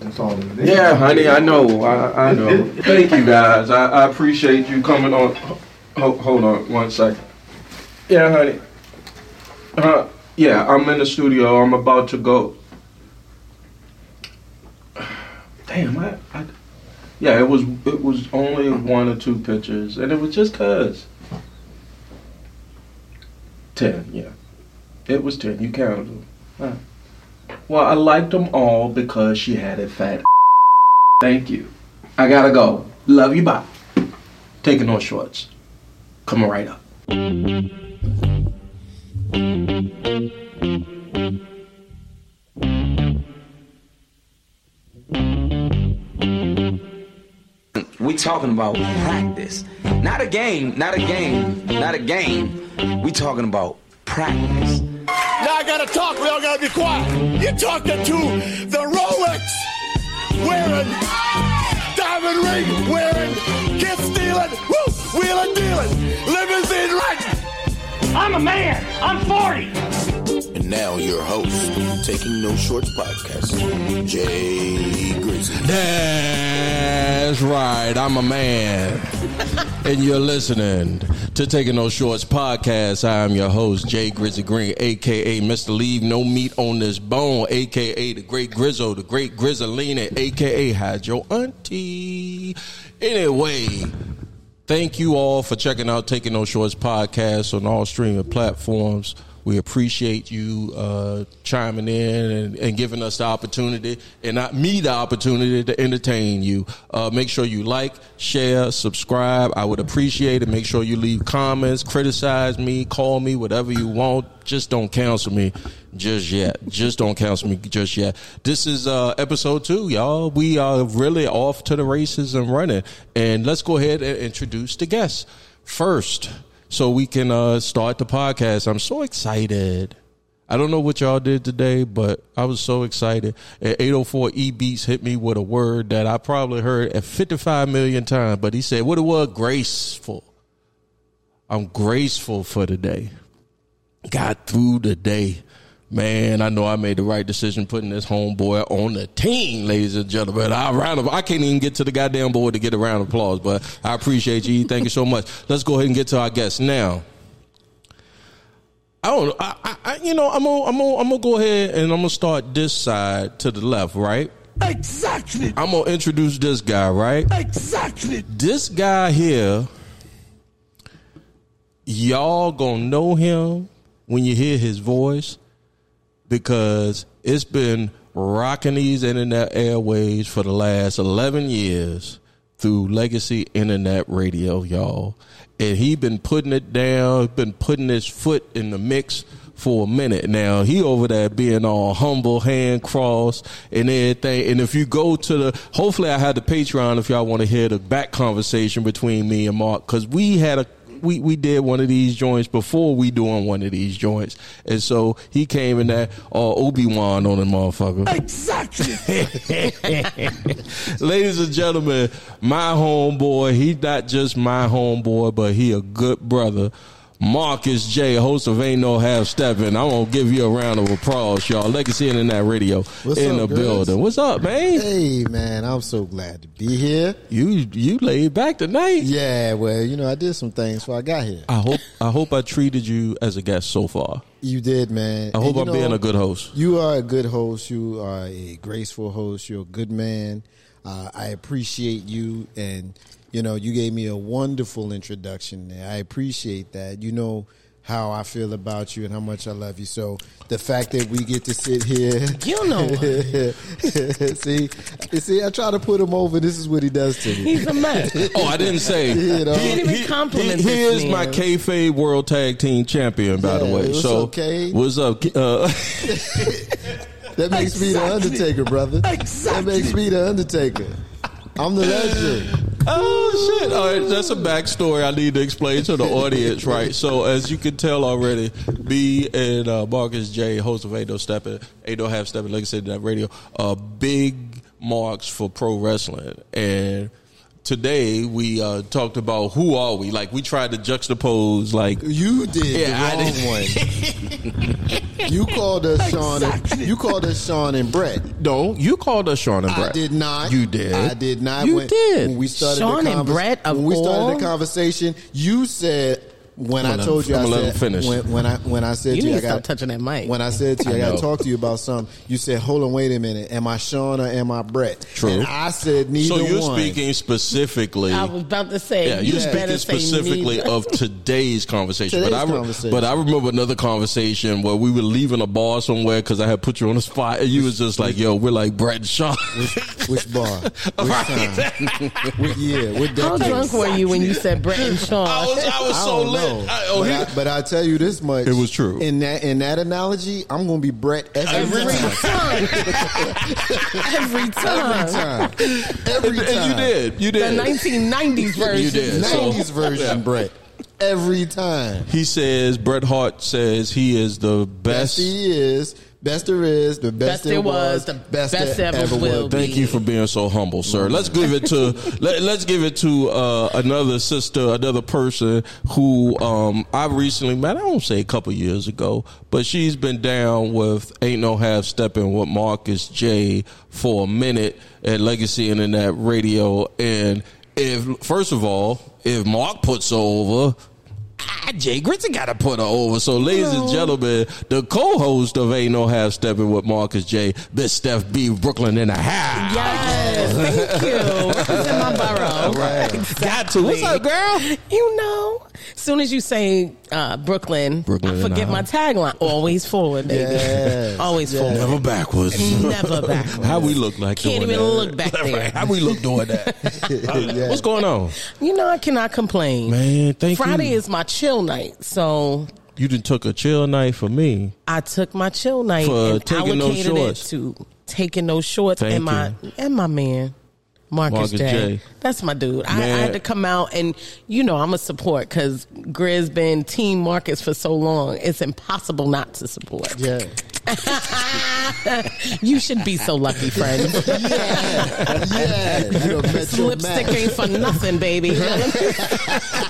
That's all it is. Yeah, honey, I know. I, I know. Thank you guys. I, I appreciate you coming on. Ho- hold on one second. Yeah, honey. Uh, yeah, I'm in the studio. I'm about to go. Damn, I, I. Yeah, it was it was only one or two pictures, and it was just cause. Ten, yeah. It was ten. You counted them. Huh. Well, I liked them all because she had a fat. Thank you. I gotta go. Love you. Bye. Taking on shorts. Coming right up. We talking about practice. Not a game, not a game, not a game. We talking about practice. Now I gotta talk. We all gotta be quiet. You're talking to the Rolex wearing, diamond ring wearing, kiss stealing, woo, wheeling dealing, limousine riding. I'm a man. I'm 40. And now your host, Taking No Shorts Podcast, Jay Grizzly. That's right. I'm a man. and you're listening to Taking No Shorts podcast. I am your host, Jay Grizzly Green, a.k.a. Mr. Leave No Meat on This Bone, a.k.a. The Great Grizzle, The Great Grizzlina, a.k.a. Hide Your Auntie. Anyway, Thank you all for checking out Taking No Shorts podcast on all streaming platforms. We appreciate you uh, chiming in and, and giving us the opportunity, and not me the opportunity to entertain you. Uh, make sure you like, share, subscribe. I would appreciate it. Make sure you leave comments, criticize me, call me, whatever you want. Just don't cancel me just yet. Just don't cancel me just yet. This is uh, episode two, y'all. We are really off to the races and running. And let's go ahead and introduce the guests first so we can uh, start the podcast. I'm so excited. I don't know what y'all did today, but I was so excited. At 804 E Beats hit me with a word that I probably heard at 55 million times, but he said, What it was? Graceful. I'm graceful for today got through the day. Man, I know I made the right decision putting this homeboy on the team, ladies and gentlemen. I round of, I can't even get to the goddamn board to get a round of applause, but I appreciate you. Thank you so much. Let's go ahead and get to our guest now. I don't know. I, I, I you know, I'm gonna, I'm gonna, I'm gonna go ahead and I'm gonna start this side to the left, right? Exactly, I'm gonna introduce this guy, right? exactly. this guy here, y'all gonna know him when you hear his voice because it's been rocking these internet airways for the last 11 years through legacy internet radio y'all and he been putting it down been putting his foot in the mix for a minute now he over there being all humble hand crossed and everything and if you go to the hopefully i had the patreon if y'all want to hear the back conversation between me and mark because we had a we, we did one of these joints before we doing one of these joints. And so he came in there uh, Obi-Wan on the motherfucker. Exactly. Ladies and gentlemen, my homeboy, he not just my homeboy, but he a good brother. Marcus J, host of Ain't No Half Stepping. I'm gonna give you a round of applause, y'all. Legacy Internet Radio in up, the guys? building. What's up, man? Hey man, I'm so glad to be here. You you laid back tonight. Yeah, well, you know, I did some things before I got here. I hope I hope I treated you as a guest so far. You did, man. I hope And, I'm you being know, a good host. You are a good host. You are a graceful host. You're a good man. Uh, I appreciate you, and you know, you gave me a wonderful introduction. There. I appreciate that. You know how I feel about you and how much I love you. So the fact that we get to sit here, You know what? see, see, I try to put him over. This is what he does to me. He's a man. Oh, I didn't say. You know? Can't even compliment he, he this is man. my kayfabe world tag team champion, by the Yeah, way. it's so okay. what's up? Uh, That makes me the Exactly. Undertaker, brother. Exactly. That makes me the Undertaker. I'm the legend. oh shit! All right, that's a backstory I need to explain to the audience, right? So as you can tell already, me and uh, Marcus J, host of Ado Stepping, Ado Half uh, Stepping, Legacy That Radio, are big marks for pro wrestling, and today we uh, talked about who are we? Like we tried to juxtapose like You did Yeah, I the did. wrong one. you called us Sean. And, you called us Sean and Brett. no, you called us Sean and I did not. You did. I did not. You when, did. When we started Sean the and convers- Brett of When we all- started the conversation, you said when I'ma I let told him- you, I I'ma let him said finish. when, when I when I said You to need you, to I stop got touching that mic. When I said to you, I I, got know. to talk to you about something. You said, "Hold on, wait a minute. Am I Sean or am I Brett?" True. And I said neither So you're one. speaking specifically. I was about to say. yeah, you're you better speaking say specifically neither. of today's conversation. but I Today's re- conversation. but I remember another conversation where we were leaving a bar somewhere because I had put you on the spot, and you was just like, "Yo, we're like Brett and Sean." Which bar? Which Right. time? what year? What decade? How drunk were you when you said Brett and Sean? I was, I was I so don't lit. know. I, oh, but, he- I, but I tell you this much: It was true. In that in that analogy, I'm going to be Brett every, every time. time. every time. Every time. Every and, and you time. did. You The did. 1990s version. You did. So- 90s version, Yeah. Brett. Every time. He says Bret Hart says he is the Best best. he is, best there is, the Best best, there was, the best there ever will be. Thank you for being so humble, sir. Let's give it to let, us give it to uh, another sister, another person who um, I recently met. I don't say a couple years ago, but she's been down with "Ain't No Half Stepping" with Marcus J for a minute at Legacy Internet Radio. And if first of all, if Mark puts her over. ah, Jay Gritson got to put her over. So, ladies and gentlemen, the co-host of Ain't No Half Stepping with Marcus J, Miss Steph B, Brooklyn in the house. Yes, thank you. Represent my borough. Exactly. Got to. What's up, girl? You know, as soon as you say uh, Brooklyn, Brooklyn I and forget I. my tagline. Always forward, baby. Yes. Always forward. Never backwards. Never backwards. How we look like Can't doing even that. look back Right. there. How we look doing that? Yeah. What's going on, You know, I cannot complain. man? Thank Friday you. is my chill night, so you done took a chill night for me. I took my chill night For and taking no allocated it shorts. to taking no shorts Thank and my and my man. Marcus, Marcus J. J. That's my dude. I, I Man. had to come out and, you know, I'm a support because Grizz been team Marcus for so long. It's impossible not to support. Yeah. You should be so lucky, friend. Yeah. Yeah. You done met your Lipstick match. ain't for nothing, baby.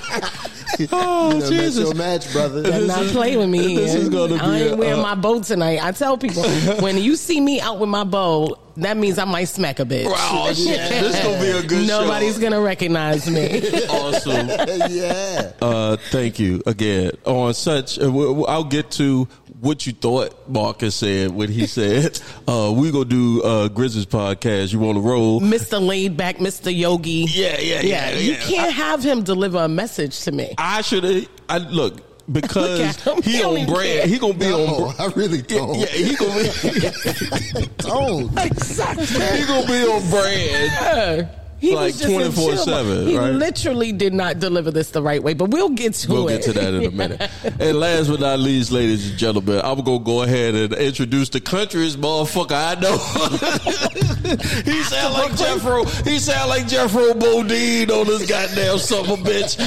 You done Oh met your match, brother. not play with me. This is gonna I be ain't a- wearing uh, my bow tonight. I tell people when you see me out with my bow, that means I might smack a bitch. Wow, shit. This gonna be a good show. Nobody's gonna recognize me. awesome. yeah. Uh, thank you again on such. Uh, w- w- I'll get to what you thought Marcus said when he said uh, we gonna do uh, Grizz's podcast. You want to roll? Mr. Laid Back, Mr. Yogi. Yeah, yeah, yeah. Mm. You yeah. can't have him deliver a message to me. I, should. I look because Look at him. he, He don't on even brand. care. He gonna be on. No, Brand. I really don't. Yeah, he gonna be, Don't. he gonna be on brand. Yeah. He Like was just in chill mode. 24/7, He right? literally did not deliver this the right way, but we'll get to We'll it. get to that in a minute. And last but not least, ladies and gentlemen, I'm gonna go ahead and introduce the country's motherfucker I know. he sound like Jeffro. He sound like Jeffro Bodine on this goddamn summer bitch.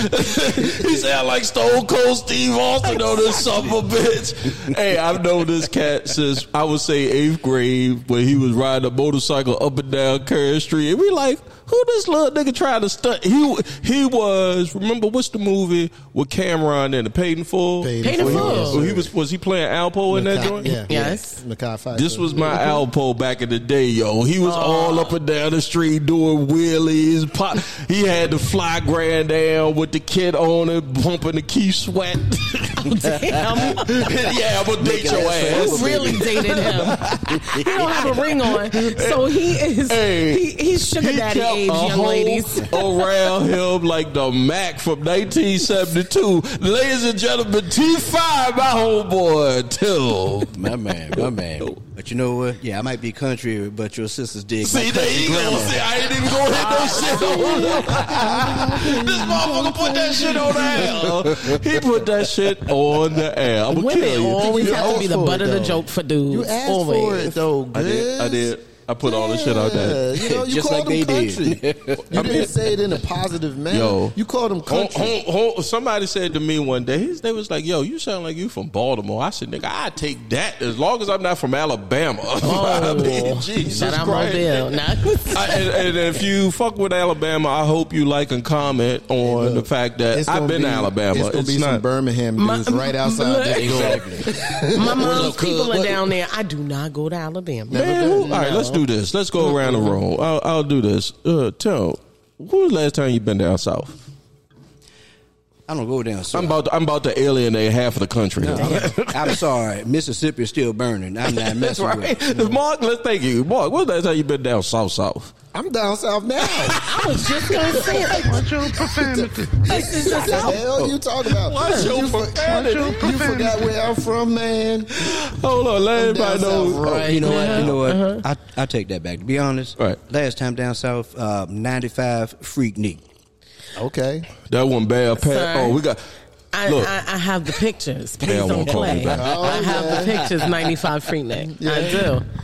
he sound like Stone Cold Steve Austin on this summer bitch. Hey, I've known this cat since I would say eighth grade when he was riding a motorcycle up and down Curry Street, and we like. Who this little nigga trying to stunt? He he was. Remember what's the movie with Cameron and the Peyton Full? Paid Paid in for full. yours. Well, he was was he playing Alpo in that joint? Yeah. Yes. Makai Pfeiffer. This was my Alpo back in the day, yo. He was all up and down the street doing wheelies. Pop. He had the fly grand down with the kid on it, bumping the key sweat. Damn. yeah, I'm gonna date your ass. You really dated him. he don't have a ring on, so he is Hey. he, he's sugar He daddy kept age, a young hole ladies. around him like the Mac from 1972. Ladies and gentlemen, T5, my homeboy, Till. My man, my man. But you know what? Yeah, I might be country, but your sisters dig. See, my there country you go. grandma. See, I ain't even gonna hit no shit on This motherfucker put that shit on the air. He put that shit on the air. I'm gonna Women kill you. always You have to asked be the for butt it, of the though. joke for dudes. You asked always. for it though. I did. I did. I put all this shit out Yeah, there. you know, you Just called like them they country. did. you didn't say it in a positive manner. Yo. you called them Hon- country. hon- hon- somebody said to me one day, his- they was like, "Yo, you sound like you from Baltimore." I said, "Nigga, I take that as long as I'm not from Alabama." Oh. I Oh. mean, Jesus Shout out Christ. Mobile. Nah. I, and, and if you fuck with Alabama, I hope you like and comment on the fact that It's I've gonna been be- to Alabama. It's It's, gonna be some not. Birmingham My- dudes right outside this door. My mom's look, people uh, are what- down there. I do not go to Alabama. Man, who, all right, let's do this. Let's go around the room. I'll, I'll do this. Uh, tell, when was the last time you been down south? I don't go down. south. I'm about to, I'm about to alienate half of the country. I'm sorry, Mississippi is still burning. I'm not That's messing right. with. it. Mark, let's thank you. Mark, when was the last time you been down south south? I'm down south now. I was just gonna say it. Watch your profanity. This is just What the how hell you talking about? What's your you, for- profanity? you forgot where I'm from, man. Hold on, let everybody down know. south, right. You know what? You know what? I I take that back. To be honest, Uh-huh. Right. Last time down south, uh, 95 freak knee. Okay. Oh, That one bad pat. Sorry. Oh, we got. I, look, I, I have the pictures. Please Bell don't won't call me play. back. Oh, I have the yeah. pictures. Ninety-five Freaknik. I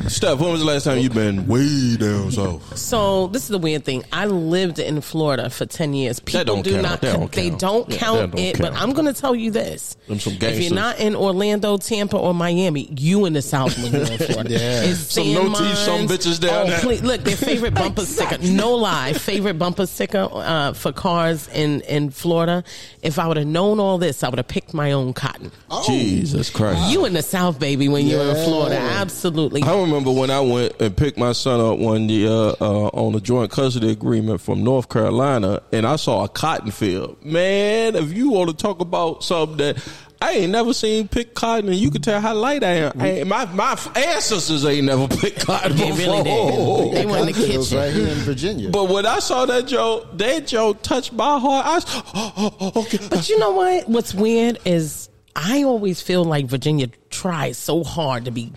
do. Steph, when was the last time you been way down south? So this is the weird thing. I lived in Florida for ten years. People don't do count. not. That don't they count. don't Yeah, count that don't it. But count. I'm going to tell you this: Them some if gangsters. you're not in Orlando, Tampa, or Miami, you in the South when you're in Florida. Yeah. It's Some sand no teeth, some mines. bitches Oh, down there. please, look, their favorite bumper sticker. No lie, favorite bumper sticker uh, for cars in in Florida. If I would have known all this, I would have picked my own cotton. Jesus Christ. You in the South, baby, when you're in Yeah. Florida. Absolutely. I remember when I went and picked my son up one year uh, on a joint custody agreement from North Carolina, and I saw a cotton field. Man, if you want to talk about something that I ain't never seen pick cotton, and you can tell how light I am. I ain't- my my ancestors ain't never picked cotton They really before. did. They went in the It was kitchen. right here in Virginia. But when I saw that joke, that joke touched my heart. I was, oh, oh, oh, okay. But you know what? What's weird is I always feel like Virginia tries so hard to be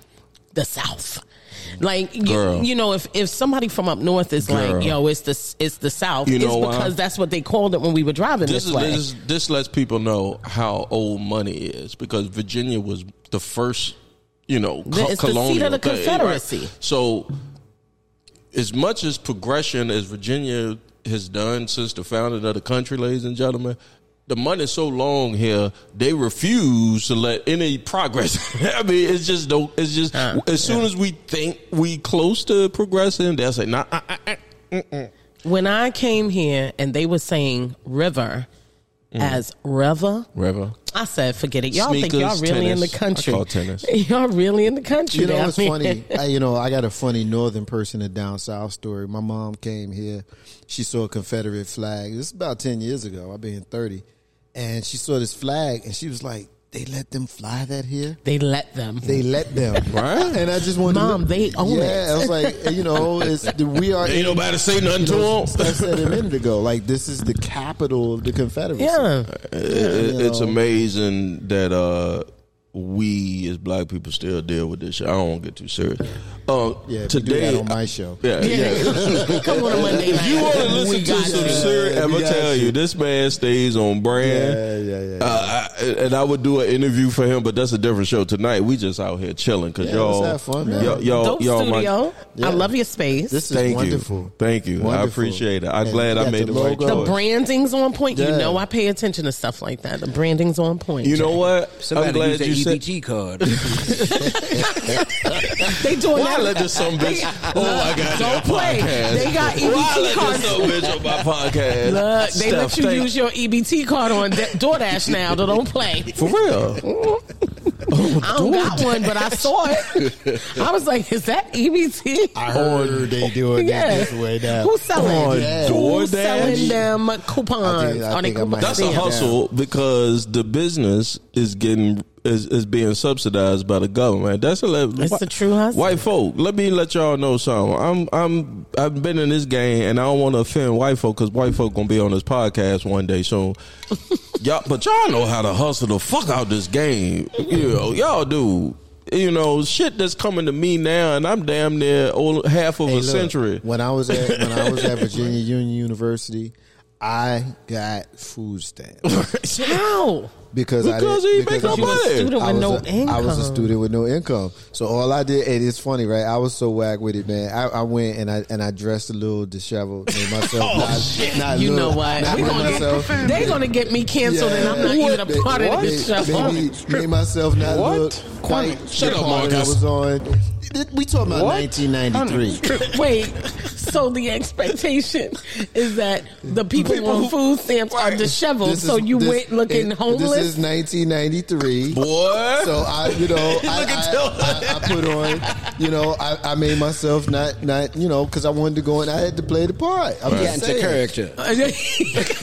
the South. Like you, Girl. you know, if if somebody from up north is Girl. like, "Yo, it's the it's the South," You it's know why? because that's what they called it when we were driving this, this is way. this, this lets people know how old money is because Virginia was the first, you know, It's co- the seat of colonial the thing, right? Confederacy. So, as much as progression as Virginia has done since the founding of the country, ladies and gentlemen. The money's so long here; they refuse to let any progress. I mean, it's just don't. It's just Uh, as soon as we think we close to progressing, they'll say, "Nah, uh, uh, uh, when I came here and they were saying river Mm. as river, Revo." I said, "Forget it. Y'all think Sneakers, y'all really in the tennis. country? I call tennis. Y'all really in the country? You know, down it's here. funny. I, you know, I got a funny northern person, a down south story. My mom came here. She saw a Confederate flag. This is about 10 years ago. I've been 30. And she saw this flag and she was like, they let them fly that here? They let them. They let them. Right. And I just wanted to Mom, look- they own it. yeah, I was like, you know, it's the, we are. Ain't nobody say nothing to I 'em. said a minute ago, like, this is the capital of the Confederacy. yeah, It- it's amazing that uh, we as black people still deal with this shit. I don't want to get too serious. Uh, Yeah, we do today, that on my show. yeah, Uh, yeah. come on a Monday night. If you want to listen We got to some you. serious, I'm We gonna got tell you, you. this man stays on brand. Yeah, yeah, yeah, yeah. Uh, I, and I would do an interview for him, but that's a different show tonight. We just out here chilling because Yeah, y'all, let's have fun, man. y'all, y'all, Dope y'all my- studio. Yeah. I love your space. This is Thank wonderful. you, thank you. I Wonderful. appreciate it. I'm And glad you I got made the, the right logo. the choice. branding's on point. You Yeah. know, I pay attention to stuff like that. The branding's on point. You know what? Somebody I'm glad you use E that said EBG card. they doing Why that. uh, let this some bitch Oh, on my goddamn Don't play. podcast? They got E Why EBT let cards. this some bitch on my podcast? Look, they let Steph, you thank- use your EBT card on Da- DoorDash now. though Don't play. for real. I don't got one, but I saw it. I was like, "Is that E EBT?" I heard they do it yeah. this way now. Who's selling? Yeah. Who's DoorDash? selling them coupons? I think- I Are they think I might coupons? That's a Yeah. hustle because the business is getting is, is being subsidized by the government. That's a le- It's a true hustle. White folk, let me let y'all know something. I'm I'm I've been in this game and I don't want to offend white folk because white folk gonna be on this podcast one day soon. y'all, but y'all know how to hustle the fuck out this game. You know, y'all do. You know, shit that's coming to me now, and I'm damn near old, half of Hey, a look, century. When I was at when I was at Virginia Union University, I got food stamps How? because I Because didn't, he make I no was- money. Student with I was no a, I was a income. student with no income. So all I did, and it's funny, right? I was so whack with it, man. I, I went and I and I dressed a little disheveled, made myself. not, not Oh, You look- know what? Not We made gonna get- myself. they gonna get me canceled, and I'm not Yeah. even a part of this Made- show. Oh, Made, me- made myself not What? look quite. Shut the up, part that I Marcus. was on. We talking about 1993. Wait, so the expectation is that the people, on food stamps are disheveled, This is- so you this- went looking it- homeless. This is 1993. Boy. So I, you know, I, I, I, I put on, you know, I, I made myself not, not, you know, because I wanted to go and I had to play the part. I'm Got just into saying. character.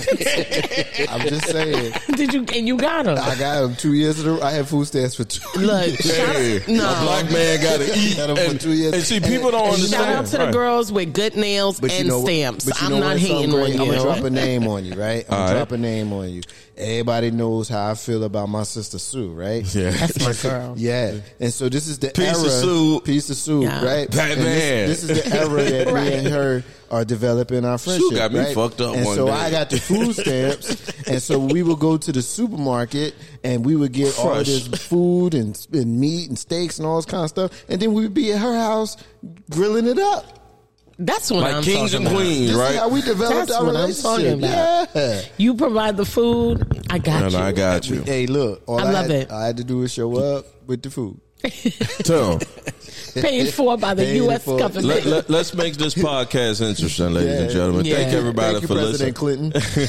I'm just saying. Did you and you got him? I got him two years. In a, I had food stamps for two. Look, shout Hey, out, no. a black man got to eat. Had 'em for and, two years. and see, people don't And- and understand. Shout out to the Right. girls with good nails But and you know, stamps. But you I'm know not what's hating something on great? I'm gonna drop a you. name on you, right? I'm All gonna right. drop a name on you. Everybody knows how I feel about my sister Sue, right? Yeah. That's my girl. Yeah, and so this is the Piece of era. Sue. Piece of Sue, Yeah. right? That And man. This, this is the era that me and her are developing our friendship. got me right? fucked up And one so day. I got the food stamps, and so we would go to the supermarket and we would get all Fresh. this food and, and meat and steaks and all this kind of stuff, and then we would be at her house grilling it up. That's what Like I'm kings talking and about. queens, This is how right? we developed That's our what I'm relationship. talking about. Yeah. You provide the food, I got And you. I got you. Hey, look, all I love had, it. I had to do was show up with the food. Tell 'em. paid for by the Paid U.S. for. government. Let, let, us make this podcast interesting, ladies and Yeah. gentlemen. Yeah. Thank everybody Thank you, for listening, President Clinton.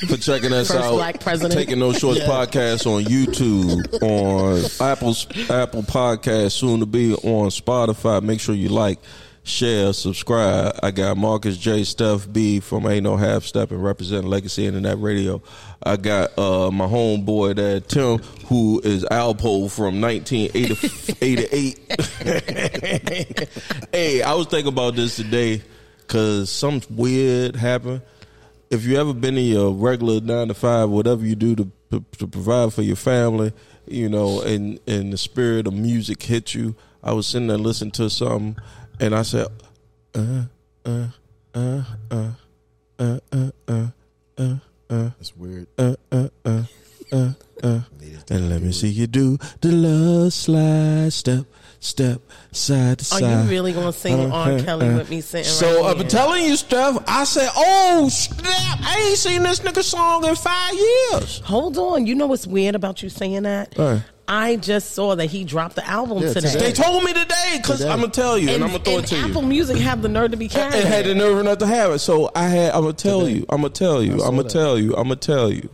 for checking us First out. black president. Taking those shorts podcast on YouTube, on Apple's Apple Podcast, soon to be on Spotify. Make sure you like, share, subscribe. I got Marcus J. Steph B. from Ain't No Half Step and representing Legacy Internet Radio. I got uh, my homeboy there, Tim, who is Alpo from 1988. hey, I was thinking about this today because something weird happened if you ever been in your regular nine to five, whatever you do to to provide for your family, you know, and and the spirit of music hit you. I was sitting there listening to something, and I said, uh, uh, That's weird. uh, "And let me see you do the love slide step step side to Are side." Oh, you really gonna sing R. Kelly with me sitting So right I'm here? telling you, Steph. I said, "Oh snap! I ain't seen this nigga song in five years." Hold on. You know what's weird about you saying that? All right. I just saw that he dropped the album Yeah, today. today. They told me today because Today. I'm gonna tell you, and, I'm gonna throw and it to you. Apple Music have the nerve to be carrying. It had it. the nerve not to have it. So I had. I'm gonna tell you. I'm gonna tell you. I'm gonna tell you. I'm gonna tell you.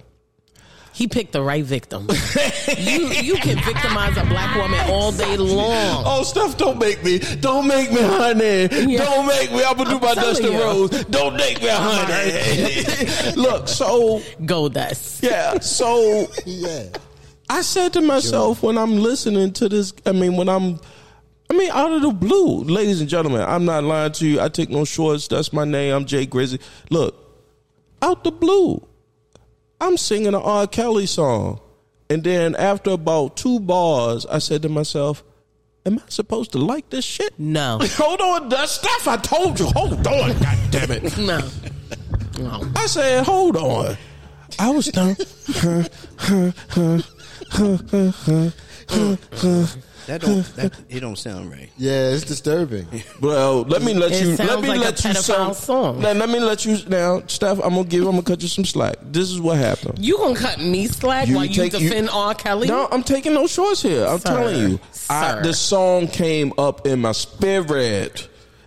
He picked the right victim. you you can victimize a black woman all day long. Oh, Steph, don't make me. Don't make me, honey. Yeah. Don't make me. I'm gonna do I'm my telling Dustin you. Rose. Don't make me, honey. Look, so Go dust. yeah, so Yeah. I said to myself when I'm listening to this, I mean, when I'm, I mean, out of the blue, ladies and gentlemen, I'm not lying to you. I take no shorts. That's my name. I'm Jay Grizzly. Look, out the blue, I'm singing an R. Kelly song. And then after about two bars, I said to myself, Am I supposed to like this shit? No. Hold on, that's stuff I told you. Hold on, God damn it. No. No. I said, hold on. I was done. That don't. That, it don't sound right. Yeah, it's disturbing. Well, let me let It you. Let sounds me like a let you. pedophile song. Now, let me let you. Now, Steph, I'm gonna give. I'm gonna cut you some slack. This is what happened. You gonna cut me slack You while you take- you- defend R. Kelly? No, I'm taking no shorts here. I'm Sir. telling you. I, Sir. the song came up in my spirit.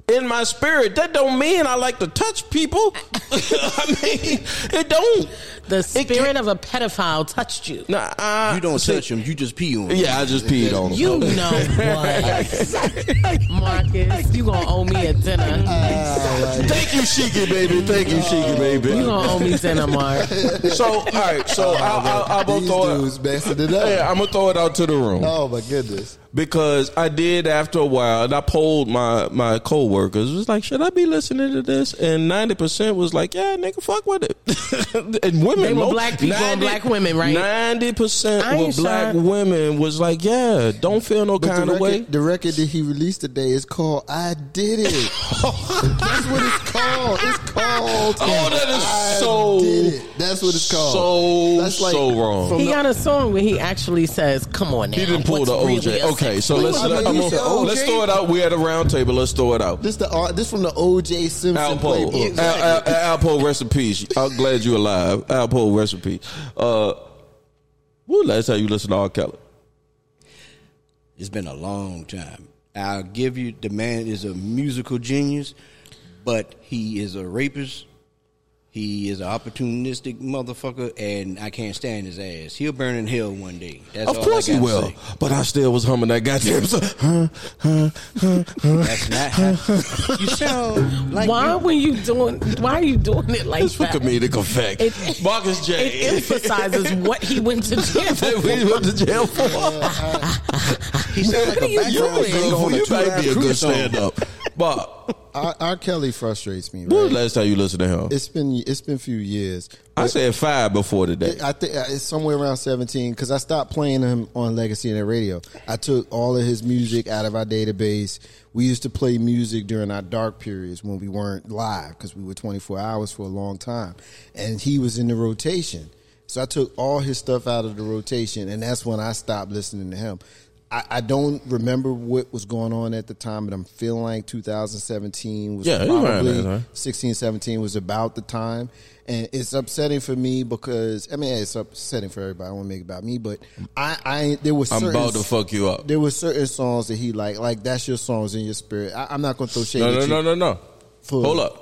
In my spirit, that don't mean I like to touch people. I mean, it don't. The It spirit of a pedophile touched you. Nah, I, You don't see- touch him. You just pee on him. Yeah, I just peed on him. You know what, Marcus? You gonna owe me a dinner. Thank you, Shiki, baby. Thank you, Shiki, baby. You gonna owe me dinner, Mark. So, all right. So, I'll, I'll, I'll These throw dudes it. messing it up. Yeah, I'm gonna throw it out to the room. Oh my goodness. because I did after a while, and I polled my my coworkers coworkers was like, "Should I be listening to this?" And ninety percent was like, "Yeah, nigga, fuck with it." and women, They were black people and black women, right? Ninety percent I ain't were black sure. women was like, "Yeah, don't feel no But kind the of record, way." the record that he released today is called "I Did It." That's what it's called. It's called. Oh, that is I so- Did it. That's what it's called. so, That's so wrong. from He the- got a song where he actually says, "Come on now." He didn't pull what's the OJ. really a okay, sex so Wait, let's I mean, I'm you said on- let's OJ? throw it out. We're at a round table. Let's throw it out. this the R- this from the OJ Simpson Alpo, playbook. Al, Al, Al, Alpo, rest in peace. I'm glad you're alive. Alpo, rest in peace. Uh, woo, last time you listened to R. Kelly? It's been a long time. I'll give you the man is a musical genius, but he is a rapist. He is an opportunistic motherfucker, and I can't stand his ass. He'll burn in hell one day. That's Of all I course he gotta will. say. But I still was humming that goddamn song. Huh, huh, huh, huh. That's not how you sound like why you- were you doing? Why are you doing it like It's for that? comedic effect. It- Marcus J. It emphasizes what he went to jail That for. we went to jail for. He sounds like What are you doing? a background singer on a You might two-hour be a good cruise song. stand up. But R-, R. Kelly frustrates me. when was Right? the last time you listened to him? It's been it's been a few years. I said five before today. I think uh, it's somewhere around 17 because I stopped playing him on Legacy and Radio. I took all of his music out of our database. We used to play music during our dark periods when we weren't live because we were 24 hours for a long time. And he was in the rotation. So I took all his stuff out of the rotation, and that's when I stopped listening to him. I, I don't remember what was going on at the time, but I'm feeling like 2017 was Yeah, it was around probably that time. 16, 17 was about the time. And it's upsetting for me because, I mean, it's upsetting for everybody. I won't make it about me, but I, I there was I'm certain, about to fuck you up. There were certain songs that he liked, like That's Your Songs in Your Spirit. I, I'm not going to throw shade No, at no, you. no, no, no. For- Hold up.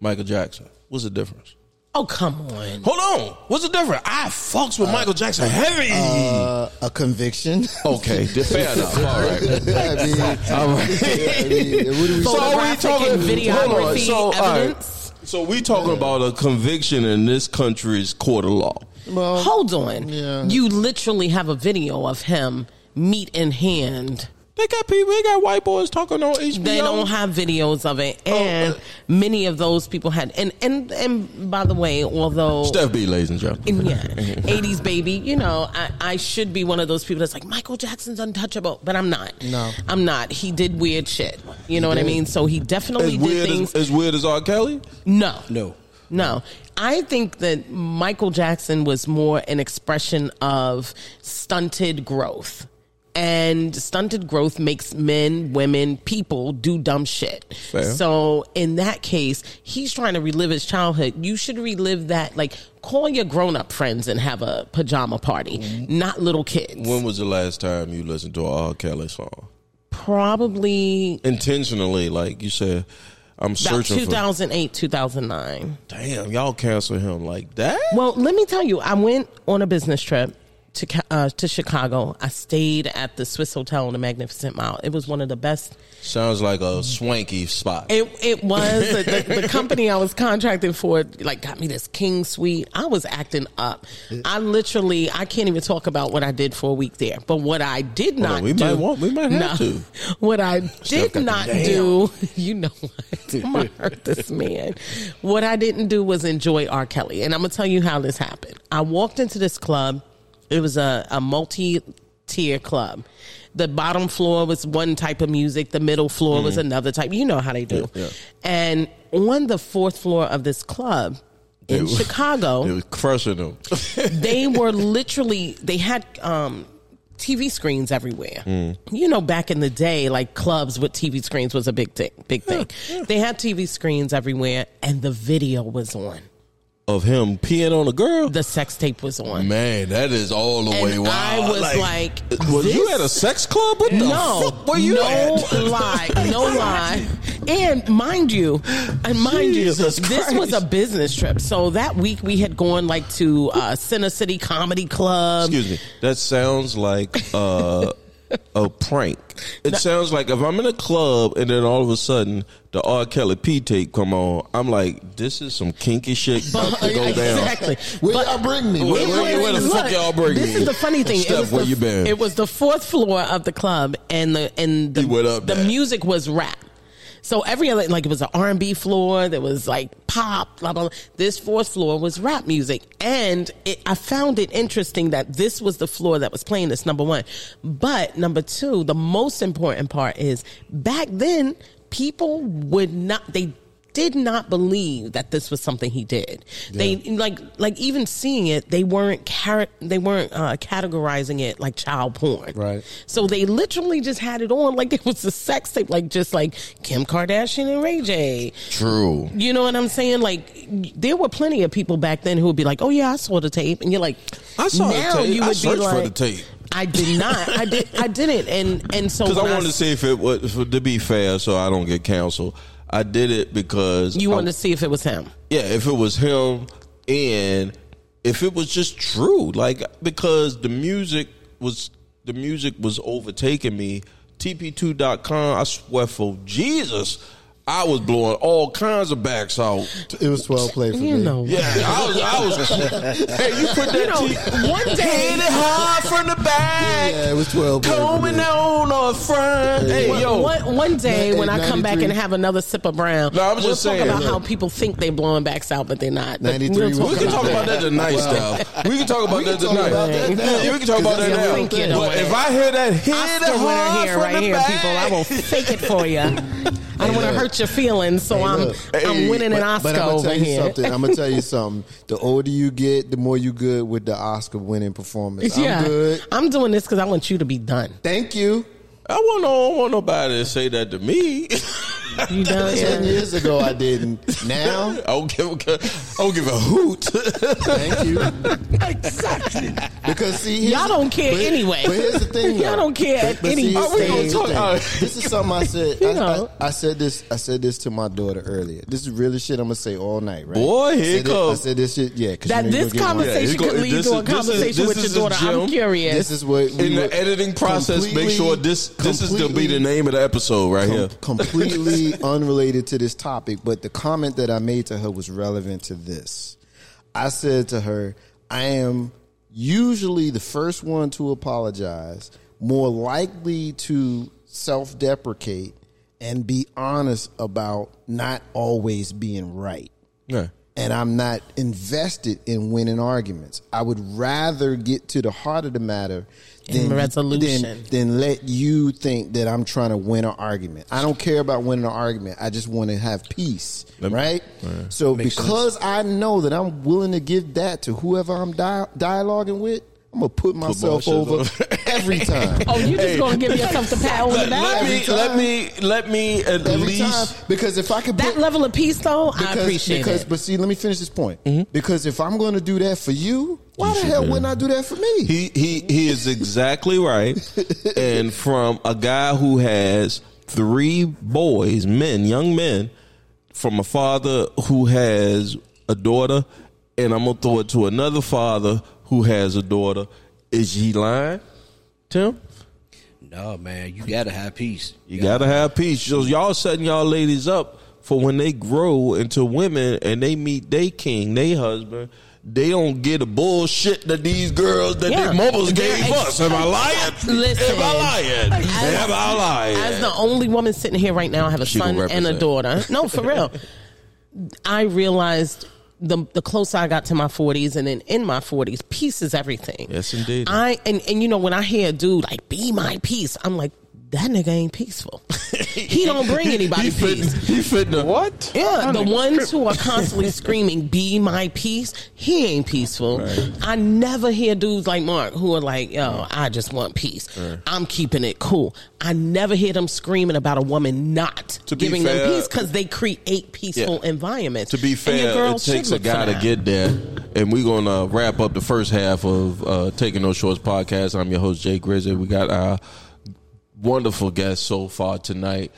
Michael Jackson. What's the difference? Oh come on! Hold on. What's the difference? I fucks with Michael Jackson heavy. Uh, a conviction. okay, fair enough. All right. I mean, All right. I mean, what do we So- Photographic and videography all right. evidence? So we talking about a conviction in this country's court of law. well, Hold on. Yeah. You literally have a video of him meat in hand. They got people. They got white boys talking on HBO. They don't have videos of it, Oh, and uh, many of those people had. And and and by the way, although Steph B, ladies and gentlemen. yeah, 80s baby. You know, I, I should be one of those people that's like, Michael Jackson's untouchable, but I'm not. No. I'm not. He did weird shit. You know what I mean? So he As definitely did weird things. as, as weird as R. Kelly. no. No. No. I think that Michael Jackson was more an expression of stunted growth. And stunted growth makes men, women, people do dumb shit. Fair. So in that case, he's trying to relive his childhood. You should relive that. Like, call your grown up friends and have a pajama party, Mm-hmm. not little kids. When was the last time you listened to a R. Kelly song? Probably Intentionally, like you said, I'm about searching for. 2008, 2009. Damn, y'all cancel him like that? Well, let me tell you, I went on a business trip to Ca- uh, to Chicago. I stayed at the Swiss Hotel on the Magnificent Mile. It was one of the best. Sounds like a swanky spot. It it was the, the, the company I was contracted for. Like got me this king suite. I was acting up. I literally I can't even talk about what I did for a week there. But what I did Hold not on, we do. might want- we might have No. to. What I did got the not damn. do. You know what? I'm gonna hurt this man. What I didn't do was enjoy R. Kelly, and I'm gonna tell you how this happened. I walked into this club. It was a, a multi tier club. The bottom floor was one type of music. The middle floor was another type. You know how they do. Mm-hmm. Yeah, yeah. And on the fourth floor of this club in They were- Chicago, It was crushing them. they were literally they had um TV screens everywhere. Mm. You know, back in the day, like clubs with TV screens was a big thing. Big thing. They had TV screens everywhere, and the video was on. of him peeing on a girl. The sex tape was on. Man, that is all the And way wild. I was like, was you this- at a sex club? What the No, fuck were you no Um, at? lie, no lie, and mind you, and mind Jesus you, this was a Christ. business trip. So that week we had gone like to uh, Center City Comedy Club. Excuse me. That sounds like uh, a prank. It sounds like if I'm in a club and then all of a sudden the R. Kelly P tape come on, I'm like, this is some kinky shit about to uh, go down. Exactly. where But- y'all bring me? Where- It where- was- where the fuck look, y'all bring this me? is the funny thing. Steph, it was where the, you been? It was the fourth floor of the club, and the and the, He went up the there. music was rap. So every other like it was an R and B floor. There was like pop, blah blah. blah. This fourth floor was rap music, and it, I found it interesting that this was the floor that was playing this number one. But number two, the most important part is back then people would not they did not believe that this was something he did. They like like even seeing it, they weren't car- they weren't uh, categorizing it like child porn. Right. So they literally just had it on like it was a sex tape, like just like Kim Kardashian and Ray J. True. You know what I'm saying? Like there were plenty of people back then who would be like, "Oh yeah, I saw the tape," and you're like, I saw the now tape. You I would be searched for like, the tape. I did not. I did. I didn't. And and so Because I oh, when wanted to s- see if it was for, to be fair, so I don't get canceled. I did it because you I- wanted to see if it was him. yeah, if it was him and if it was just true, like because the music was the music was overtaking me. TP2.com, I swear for Jesus, I was blowing all kinds of backs out. It was twelve play for You me. know. Yeah, I was, I was. hey, you put that You know, T- one day- hit it hard from the back. Yeah, it was twelve play. for me. Coming on on front. Hey, One- yo. one, one day Hey, when I come back and 93. have another sip of brown, No, I was we'll just talk saying, about how look. people think they blowing backs out, but they're not. But 93 we'll was We can talk about that tonight, stuff. We can talk about that talk tonight. about that now. Yeah, we can talk about that Because now. I'm thinking But about if it. I hear that hit Oscar winner hard here, from right the here, back, people. I will fake it for you. I don't want to look. hurt your feelings, so I'm look. I'm winning an But- Oscar but I'm gonna over tell you here. something. I'm gonna tell you something. The older you get, the more you good with the Oscar winning performance. yeah, I'm good. I'm doing this because I want you to be done. Thank you. I won't, I don't want nobody to say that to me. You done? Ten Yeah. years ago, I didn't. Now, I don't give a, I don't give a hoot. thank you. exactly. Because see, here's- Y'all don't care but- anyway. But here's the thing. Y'all though. don't care But- at but any see, Are we here's the gonna thing. talk- This is something I said. You I, know. I, I said this. I said this to my daughter earlier. This is really shit. I'm gonna say all night, right? Boy, here I said it thi- I comes. said this shit. Yeah, 'cause That you know you're this gonna get one. Yeah, conversation you go- could lead this to is- a this is- conversation this with is a your daughter. I'm gem. curious. This is what we In were the editing process, make completely- sure this this is gonna be the completely- name of the episode right com- here. completely unrelated to this topic, but the comment that I made to her was relevant to this. I said to her, I am usually the first one to apologize, more likely to self deprecate, and be honest about not always being right Yeah. and I'm not invested in winning arguments. I would rather get to the heart of the matter In resolution. than, than let you think that I'm trying to win an argument. I don't care about winning an argument. I just want to have peace, Let me- right? So because I know that I'm willing to give that to whoever I'm dia- dialoguing with, I'm gonna put myself shit over over. every time. oh, you just gonna give yourself the pat on the Let, let back? me let me let me at every least time because if I could That put- level of peace, though, I Because- appreciate because, it. But see, let me finish this point. Because if I'm going to do that for you, why the Mm-hmm. should hell do wouldn't that. I do that for me? He he he is exactly right. and from a guy who has three boys, men, young men, from a father who has a daughter, and I'm gonna throw it to another father who has a daughter. Is he lying, Tim? No, man, you gotta have peace. You gotta have peace. So y'all setting y'all ladies up for when they grow into women and they meet they king, they husband. They don't get the bullshit that these girls that Yeah. their mamas They're gave ex- us. Am I lying? Listen. Am I lying? As- Am I lying? As the only woman sitting here right now, I have a She son gonna and a represent. daughter. No, for real. I realized the the closer I got to my forties, and then in my forties, peace is everything. Yes, indeed. I and and you know when I hear a dude like "be my peace," I'm like. That nigga ain't peaceful. He don't bring anybody he fit, peace. He fit the what? Yeah, the ones who are constantly screaming, "Be my peace," he ain't peaceful. I never hear dudes like Mark who are like, "Yo, I just want peace. I'm keeping it cool." I never hear them screaming about a woman not To be giving fair- them peace because they create peaceful Yeah. environments. To be And your fair, girl it should takes a look for guy to that. get there. And we're going to wrap up the first half of uh, Taking No Shorts podcast. I'm your host, Jay Grizzly. We got our wonderful guests so far tonight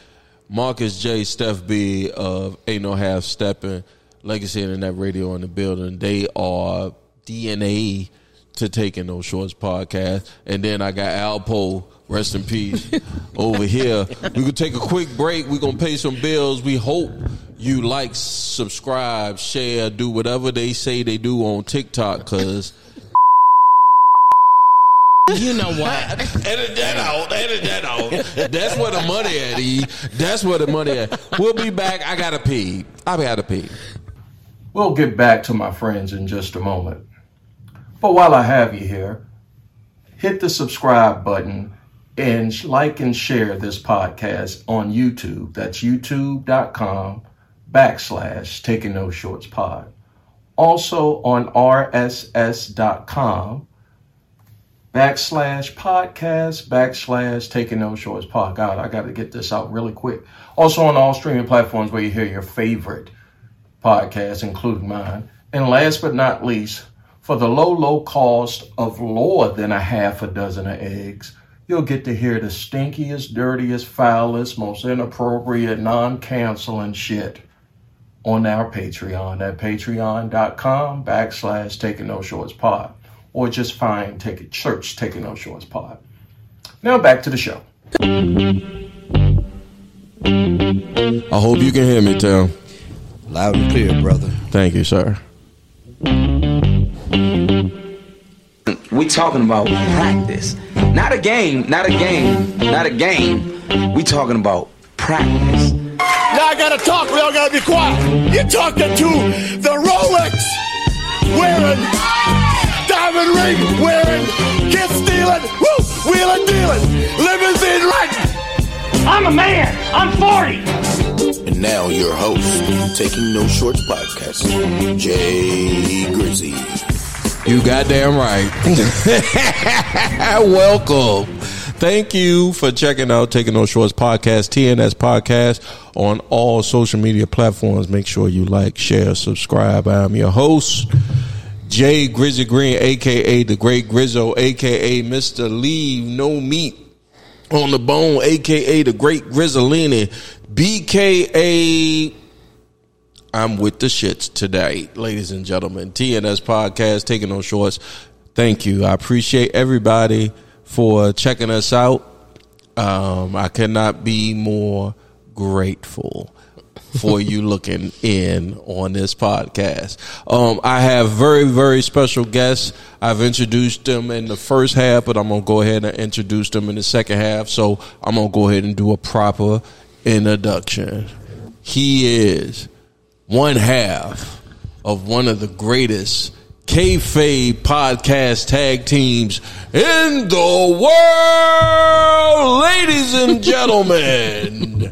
Marcus J, Steph B of Ain't No Half Stepping, Legacy Internet Radio in the building. They are DNA to Taking No Shorts podcast. And then I got Al Poe, rest in peace, over here. We could take a quick break. We're going to pay some bills. We hope you like, subscribe, share, do whatever they say they do on TikTok because You know what? Edit that out. Edit that out. That's where the money at, E. That's where the money at. We'll be back. I gotta pee. I gotta pee. We'll get back to my friends in just a moment. But while I have you here, hit the subscribe button and sh- like and share this podcast on YouTube. That's youtube.com backslash taking no shorts pod. Also on rss.com backslash podcast backslash taking no shorts pod. God, I got to get this out really quick. Also on all streaming platforms where you hear your favorite podcasts, including mine. And last but not least, for the low, low cost of lower than a half a dozen of eggs, you'll get to hear the stinkiest, dirtiest, foulest, most inappropriate, non canceling shit on our Patreon at patreon.com backslash taking no shorts pod. Or just find take it search taking no shorts pod. Now back to the show. I hope you can hear me, Tim. Loud and clear, brother. Thank you, sir. We talking about practice. Not a game, not a game, not a game. We talking about practice. Now I gotta talk, we all gotta be quiet. You're talking to the Rolex wearing, diamond ring wearing, kiss stealing, woo, wheeling dealing, limousine riding. I'm a man. I'm 40. And now your host, Taking No Shorts Podcast, Jay Grizzy. You goddamn right. Welcome. Thank you for checking out Taking No Shorts Podcast, TNS Podcast, on all social media platforms. Make sure you like, share, subscribe. I'm your host, Jay Grizzly Green, aka the Great Grizzo, aka Mr. Leave No Meat on the Bone, aka the Great Grizzolini, BKA I'm with the shits today, ladies and gentlemen. TNS Podcast, taking on shorts. Thank you. I appreciate everybody for checking us out. Um, I cannot be more grateful for you looking in on this podcast. Um, I have very, very special guests. I've introduced them in the first half, but I'm going to go ahead and introduce them in the second half. So I'm going to go ahead and do a proper introduction. He is one half of one of the greatest kayfabe podcast tag teams in the world, ladies and gentlemen.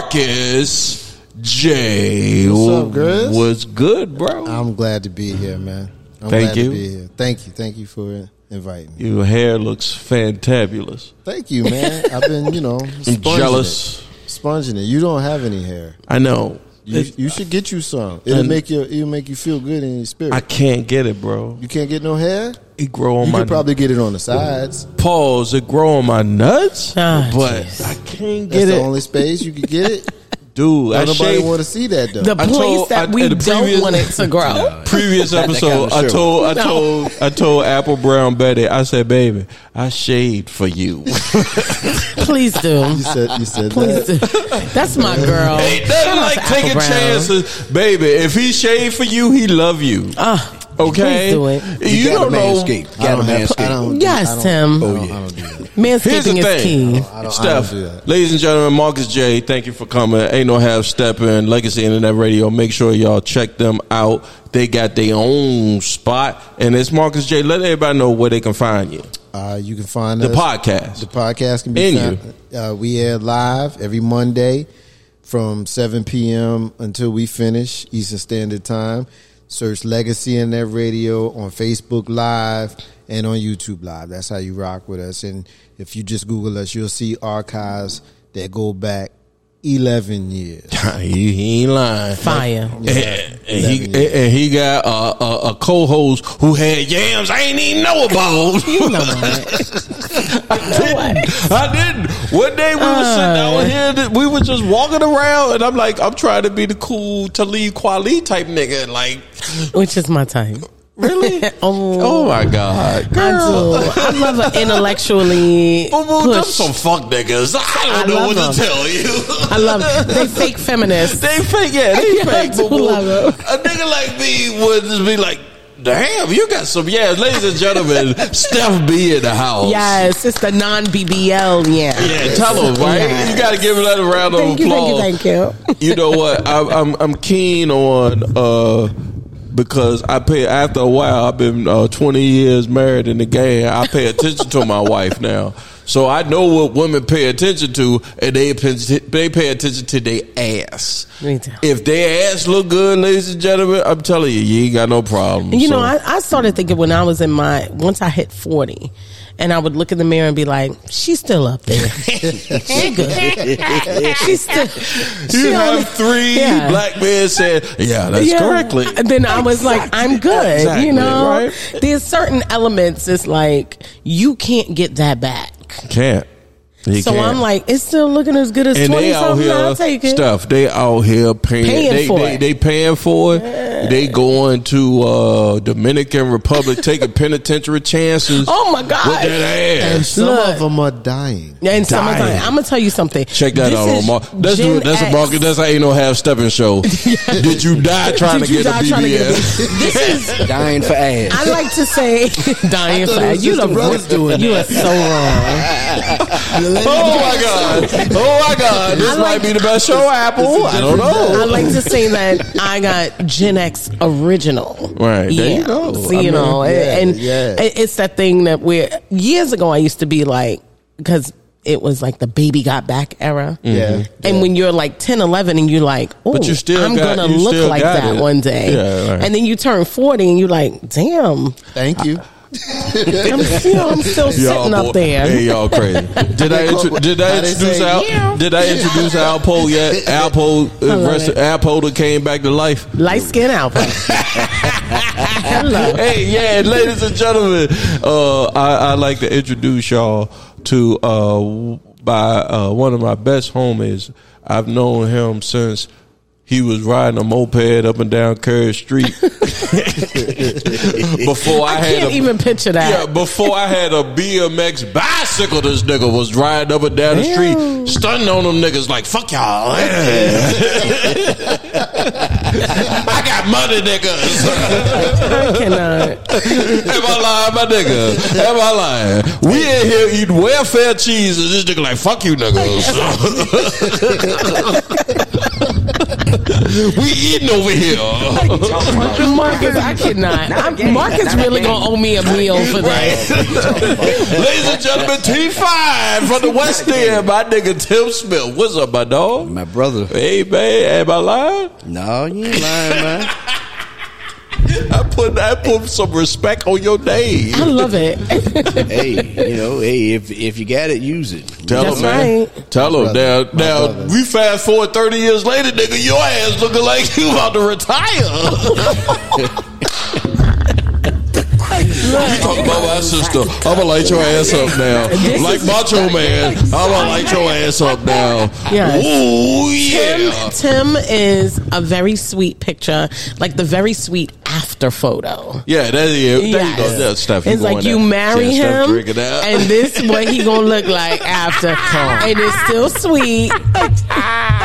Marcus J. What's up, Grizz? Was good, bro. I'm glad to be here, man. I'm Thank glad you. To be here. Thank you. Thank you for inviting me. Your hair looks fantabulous. Thank you, man. I've been, you know, I'm sponging jealous. It. Sponging it. You don't have any hair. I know. You, It- you should get you some. It'll And- make you. It'll make you feel good in your spirit. I can't get it, bro. you can't get no hair. It grow on You my could probably get it on the sides. paws. It grow on my nuts, Ah, but jeez. I can't That's get the it, only space you could get it. dude. I Don't nobody shave- want to see that though. The I place told- that I- we the don't previous- want it to grow. previous Not that episode, kind of I show. told, I No. told, I told Apple Brown Betty, I said, "Baby, I shaved for you." Please do. you said. You said Please that. do. That's my girl. Ain't Shout nothing out like to Apple taking Brown. chances, baby. If he shaved for you, he love you. Ah, please Okay, do it. you, You gotta don't know. I manscape. don't Gotta have. I manscape. don't. Yes, I don't, Tim. Oh, I don't, I don't do that. Here's the Manscaping is thing, key. I don't, Steph, I don't do that. ladies and gentlemen, Marcus J, thank you for coming. Ain't no half stepping. Legacy Internet Radio. Make sure y'all check them out. They got their own spot, and it's Marcus J. Let everybody know where they can find you. Uh, you can find The us- podcast. The podcast can be And found. Uh, we air live every Monday from 7 p.m. until we finish Eastern Standard Time. Search Legacy in that radio on Facebook Live and on YouTube Live. That's how you rock with us. And if you just Google us, you'll see archives that go back 11 years. he, he ain't lying. Fire. And, and he and, and he got a, a, a co-host who had yams I ain't even know about. You know what? I didn't. I didn't. One day we were Uh. sitting out here, we were just walking around, and I'm like, I'm trying to be the cool Talib Kweli type nigga. Like, Which is my type. really? oh, oh my god, I do. I love an intellectually Boo boo, them pushed. some fuck niggas. I don't I know love what them. to tell you. I love they fake feminists. They fake, yeah, they I fake. do Boo boo. love A nigga like me would just be like, Damn, you got some. Yeah, ladies and gentlemen, Steph B in the house. Yes, it's the non BBL. Yeah. Yeah, tell them, right? Yes. You got to give that a round of Thank you, thank you, applause. thank you. You know what? I'm I'm, I'm keen on uh, because I pay. After a while, I've been uh, 20 years married in the game. I pay attention to my wife now, so I know what women pay attention to, and they pay, they pay attention to their ass. Me too. If their ass look good, ladies and gentlemen, I'm telling you, you ain't got no problem. You know, So- I, I started thinking when I was in my once I hit forty, and I would look in the mirror and be like, "She's still up there. she good. She's still. you she only- have three Yeah. black men said, yeah, that's Yeah. correctly. And then I was like, I'm good. Exactly, You know, right. there's certain elements. It's like you can't get that back. Can't. You so can't. I'm like, it's still looking as good as and twenty they out something. I'll take here it. stuff. They out here paying. Paying they, for they, it. they paying for it. They going to uh, Dominican Republic taking penitentiary chances. Oh my god. with that And ass. some Look. of them are dying. And someone's Dying. like, I'm gonna tell you something. Check that This out on is Mark. That's Gen do- that's a X. market. That's ain't no half stepping show. Did you die trying Did to you get die a trying to get a BBS? This is. Dying for ass. I like to say, Diane, thought it Fag, was you just the the brothers doing You are that. so wrong. oh my god! Oh my god! This I might like- be the best show Apple. I don't know. I like to say that I got Gen X original. Right, there you Yeah. go. So, I you mean, know, yeah, and, yeah. and it's that thing that we're years ago. I used to be like because it was like the baby got back era. Yeah. And when you're like 10, 11 and you're like, oh, Mm-hmm. But you still I'm got- going to you look still like got that it. one day. Yeah, right. And then you turn 40 and you're like, damn, Thank you. I'm still, I'm still sitting boy. up there. Hey, y'all crazy. Did I intro- did I How they introduce say, Al? yeah. Did I introduce Alpo yet? Alpo, uh, love rest, it. Alpo that came back to life. Light skin alpha. Hello. Hey, yeah, and ladies and gentlemen, uh, I, I like to introduce y'all to uh, w- by uh, one of my best homies. I've known him since he was riding a moped up and down Curry Street. Before I, I had can't a, even picture that. Yeah, before I had a BMX bicycle, this nigga was riding up and down the Damn. street, stunting on them niggas like "fuck y'all." I got money, niggas. I cannot. Am I lying, my nigga? Am I lying? We in here eating welfare cheese, and this nigga like, fuck you, niggas. we eating over here. Talking about Marcus, I cannot. I'm, Marcus really gonna owe me a meal for that. Ladies and gentlemen, T5 from the West End, my nigga Tim Smith. What's up, my dog? My brother. Hey, man, am I lying? No, you ain't lying, man. I put, I put some respect on your name. I love it. hey, you know, hey, if if you got it, use it. Tell That's him, man. right. Tell him. Now, now brother. we fast forward 30 years later, nigga, your ass looking like you about to retire. We talking about my sister. I'ma light your ass up now. This Like is- Macho Man, I'ma light your ass up now. Yes. Ooh, Tim, yeah. Tim is a very sweet picture, like the very sweet after photo. Yeah, that is. There you go. Yes. Yeah, Steph, it's like going you there. marry Yeah, Steph, him, drink it out. and this is what he gonna look like after. and it's still sweet.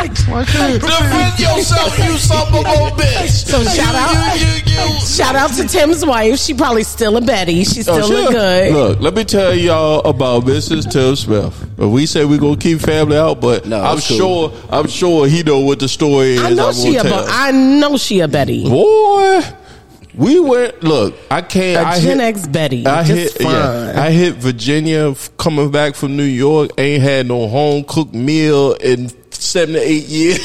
defend yourself, you son of a bitch. So shout out, You, you, you. shout out to Tim's wife. She probably still a Betty. She still Oh, look sure. good. Look, let me tell y'all about Mrs. Tim Smith. But we say we're gonna keep family out, but No, I'm it's cool. sure I'm sure he know what the story is. I know I'm she a. gonna tell. Bo- I know she a Betty. Boy, we went. Look, I A can't. I Gen hit, X Betty. I just hit. fine. Yeah, I hit Virginia f- coming back from New York. Ain't had no home cooked meal in seven to eight years.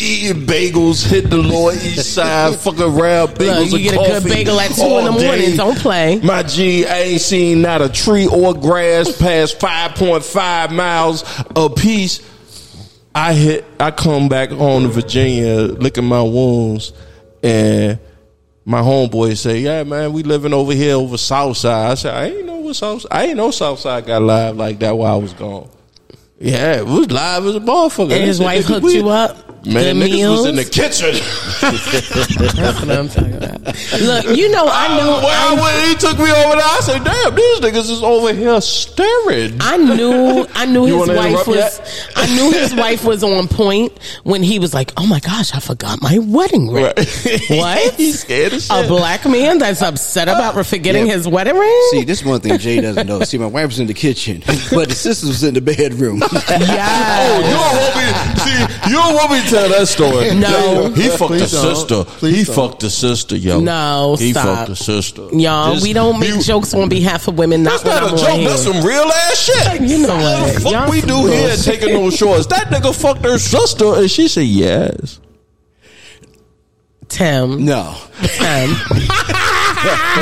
Eating bagels, hit the Lower East Side, fucking round bagels. Look, you and get a good coffee bagel at two all in the morning. day. Don't play. My G, I ain't seen not a tree or grass past 5.5 miles apiece. I hit, I come back home to Virginia, licking my wounds, and my homeboy say, "Yeah, man, we living over here over Southside." I said, "I ain't know what South, I ain't know Southside got live like that while I was gone." Yeah, it was live as a motherfucker. And his They said, wife "Nigga, hooked we- you up? Man, Good niggas was in the meals. kitchen. That's what I'm talking about. Look, you know, I know. well, when he took me over there, I said, damn, these niggas is over here staring. I knew I knew You his wanna wife interrupt was yet? I knew his wife was on point when he was like, "Oh my gosh, I forgot my wedding ring." Right. What? He's scared as A shit. Ah, black man that's upset about forgetting Yeah. his wedding ring? See, this is one thing Jay doesn't know. See, my wife was in the kitchen, but the sister was in the bedroom. Oh, you yeah. don't want me. See, you don't want me to tell that story. No. he fucked Please the don't. sister. Please he don't. fucked the sister, yo. No, he stop. fucked the sister. Y'all, This- we don't make you- jokes on behalf of women. Not That's when not a I'm joke. on That's here. some real ass shit. You know what? The fuck Y'all we some do here bullshit. taking no shorts. That nigga fucked her sister, and she said yes. Tim. no, Tim.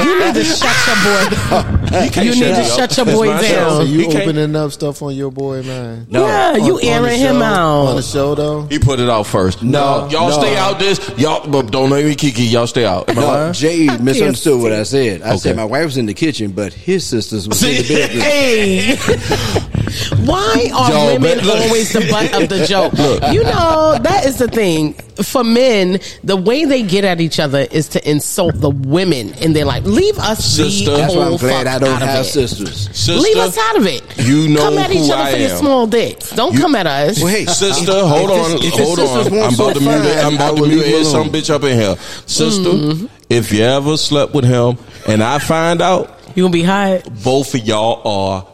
you need to shut your boy. You, can't You need to shut me up. shut your That's boy my down. show. So He you can't- opening up stuff on your boy, man. no. Yeah, you On- on the airing him show- out. on the show though. He put it out first. No, y'all no. stay out this. Y'all, but don't let me kiki. Y'all stay out. Am I No, lying? Jay misunderstood what I said. I Okay. said my wife was in the kitchen, but his sisters was in the See? bedroom. Hey, why are Yo, women but look. always the butt of the joke? You know that is the thing for men. The way they get at each other is to insult the women, and they're like, "Leave us Sister. the That's whole why I'm glad fuck I don't out of have it. sisters. Sister, Leave us out of it. you know come at each who other I for your am. small dicks. Don't come at us. Well, hey, Sister, if- hold if on, this- if this hold sisters on. want I'm so about to mute fine, it. I'm I about to will mute it. leave them some alone. bitch up in here. Sister, Mm-hmm. if you ever slept with him and I find out, You gonna be hot? both of y'all are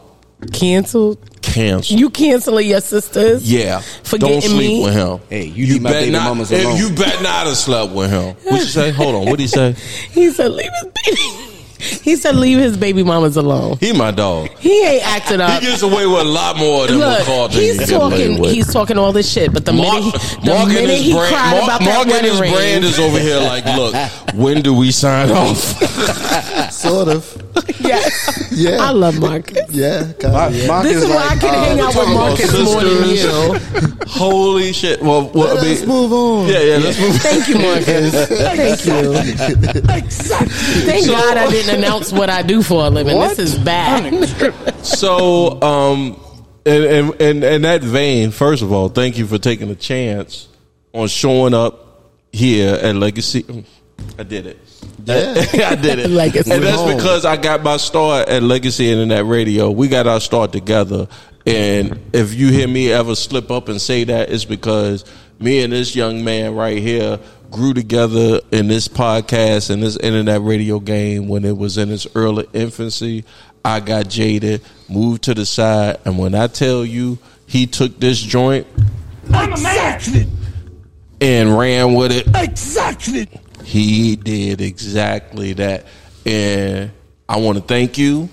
Canceled? canceled. You canceling your sisters? yeah, For don't getting sleep me? with him. Hey, you leave my bet baby not. mamas if alone. You bet not have slept with him. What you say? Hold on. What would he say? He said, "Leave his baby." He said, "Leave his baby mamas alone." He my dog. He ain't acting up. He gets away with a lot more than Look, McCall than he he's gets away talking. with. He's talking all this shit, but the Mar- minute he, the Mark and minute his he brand- cried Mark- about Mark that and his wedding brand ring, is over here like, look, when do we sign off? Sort of. yes, Yeah. I love Marcus. Yeah. kinda, Mar- yeah. Marcus This is why like, I can uh, hang out with talking about Marcus more than you. Holy shit! Well, well Let I mean, us move on. Yeah, yeah, let's move. Thank you, Marcus. Thank you. Thank God I didn't announce what I do for a living. This is bad. So, um, and and and in that vein, first of all, thank you for taking a chance on showing up here at Legacy. Mm, I did it. I did it. Legacy. and that's Home. because I got my start at Legacy and in that radio. We got our start together. And if you hear me ever slip up and say that, it's because me and this young man right here grew together in this podcast and this internet radio game when it was in its early infancy. I got jaded, moved to the side, and when I tell you he took this joint I'm a man. and ran with it, Exactly. he did exactly that, and I want to thank you.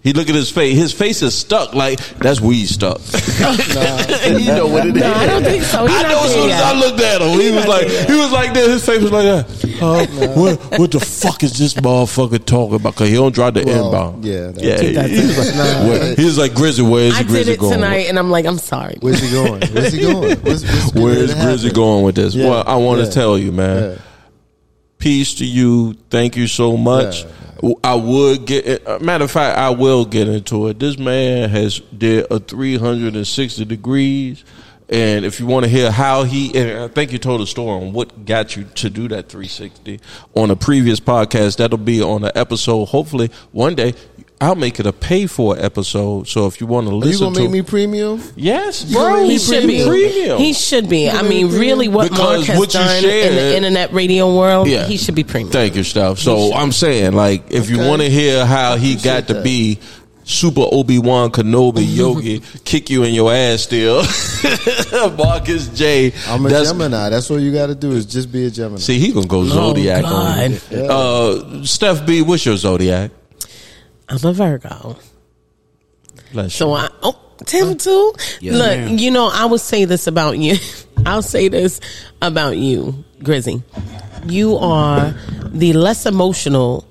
He look at his face. His face is stuck. Like that's weed stuck. you know what it is. No, I don't think so. He's I not know there as soon as yet. I looked at him, he was not like, there yet. he was like this. His face was like that. Uh, what, what the fuck is this motherfucker talking about? Cause he don't drop the Well, end bomb. yeah, that's- yeah. He, That's was like, where- he was like, Grizzly, where's I did Grizzly it going? with tonight, and I'm like, I'm sorry. Where's he going? Where's he going? What's- what's- Where's did it happen? Grizzly going with this? Yeah, well, I want yeah, to tell you, man. yeah. Peace to you. Thank you so much. Yeah. W- I would get. uh, Matter of fact, I will get into it. This man has did a three hundred and sixty degrees, and if you want to hear how he, and I think you told a story on what got you to do that three sixty on a previous podcast. That'll be on an episode. Hopefully, one day I'll make it a pay for episode. So if you want to Are Oh, you listen gonna to, make me premium? yes, Bro, bro, he should be. premium. He should be. I mean, really, what Mark Because has what you done in the shared- internet radio world, Yeah. he should be premium. Thank you, Steph. So I'm saying, like, if you Okay. want to hear how he got to that. be Super Obi Wan Kenobi Yogi, kick you in your ass still, Marcus J. I'm a That's- Gemini. That's what you got to do is just be a Gemini. See, he gonna go zodiac on Oh, God. you. Uh, Steph B, what's your zodiac? I'm a Virgo. Bless So I oh Tim too. Yes, Look, ma'am. you know, I would say this about you. I'll say this about you, Grizzy. You are the less emotional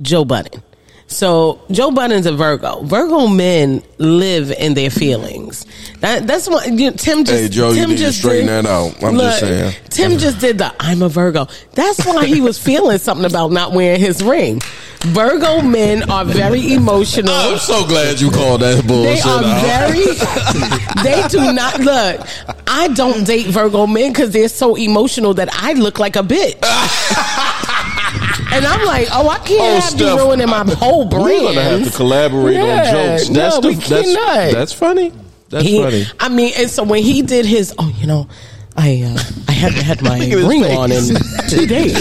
Joe Budden. So Joe Budden's a Virgo. Virgo men live in their feelings. That, that's what you, Tim just. Hey, Joe, you Tim need to just straighten did- that out. I'm just saying. Tim just did the "I'm a Virgo." That's why he was feeling something about not wearing his ring. Virgo men are very emotional. Oh, I'm so glad you called that They bullshit. are out. very. they do not look. I don't date Virgo men because they're so emotional that I look like a bitch. and I'm like, oh, I can't Oh, have Steph, you ruining my whole brand. We're gonna have to collaborate Yeah, on jokes. That's no, the, we that's, cannot. that's funny. That's He- funny. I mean, and so when he did his, oh, you know, I uh, I haven't had my ring on in two days.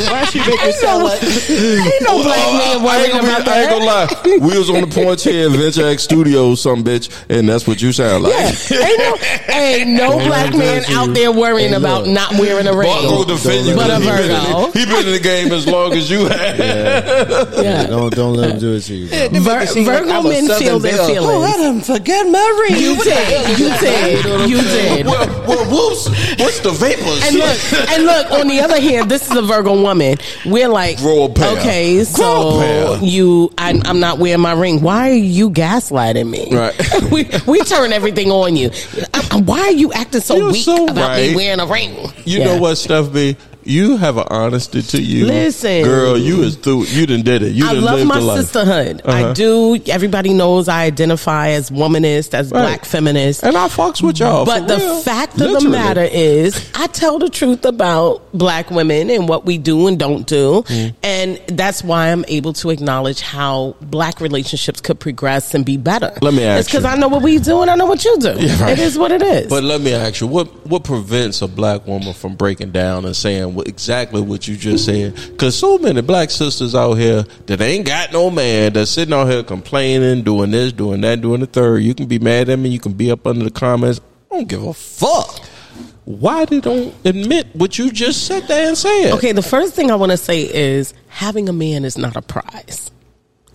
Why she make Ain't no, ain't no black man Oh, I, I worrying ain't gonna be- about I ain't that. gonna lie. We was on the porch here at Venture X Studios, some bitch, and that's what you sound like. Yeah, ain't no, ain't no black man out there worrying Hey, about look. not wearing a ring. Barco defend you, But a he been in Virgo. the- He been in the game as long as you have. Yeah. Don't don't let him do it to you. Bro. Vir- Virgo men feel their Oh, I feelings. done forget my ring. You What the hell did. is You that? did. You did. Well, well, whoops. What's the vapors? And look, and look. On the other hand, this is a Virgo woman. We're like, Grow a pair. okay, so Grow a pair. you, I'm, I'm not wearing my ring. Why are you gaslighting me? Right. we we turn everything on you. Uh, Why are you acting so You're weak so about me right. wearing a ring? You Yeah. know what, Steph B? You have an honesty to you. Listen. girl, you is through. You done did it. You I done love lived my the life. sisterhood. I Uh-huh. do. Everybody knows I identify as womanist, as Right. black feminist. and I fucks with y'all. But for the real. fact of the Literally. matter is, I tell the truth about black women and what we do and don't do. Mm. And that's why I'm able to acknowledge how black relationships could progress and be better. Let me ask It's because you. I know what we do and I know what you do. Yeah, right. It is what it is. But let me ask you, what what prevents a black woman from breaking down and saying what, exactly what you just said? Because so many black sisters out here that ain't got no man that's sitting out here complaining, doing this, doing that, doing the third. You can be mad at me, you can be up under the comments. I don't give a fuck. Why they don't admit what you just sat there and said? okay, the first thing I want to say is having a man is not a prize.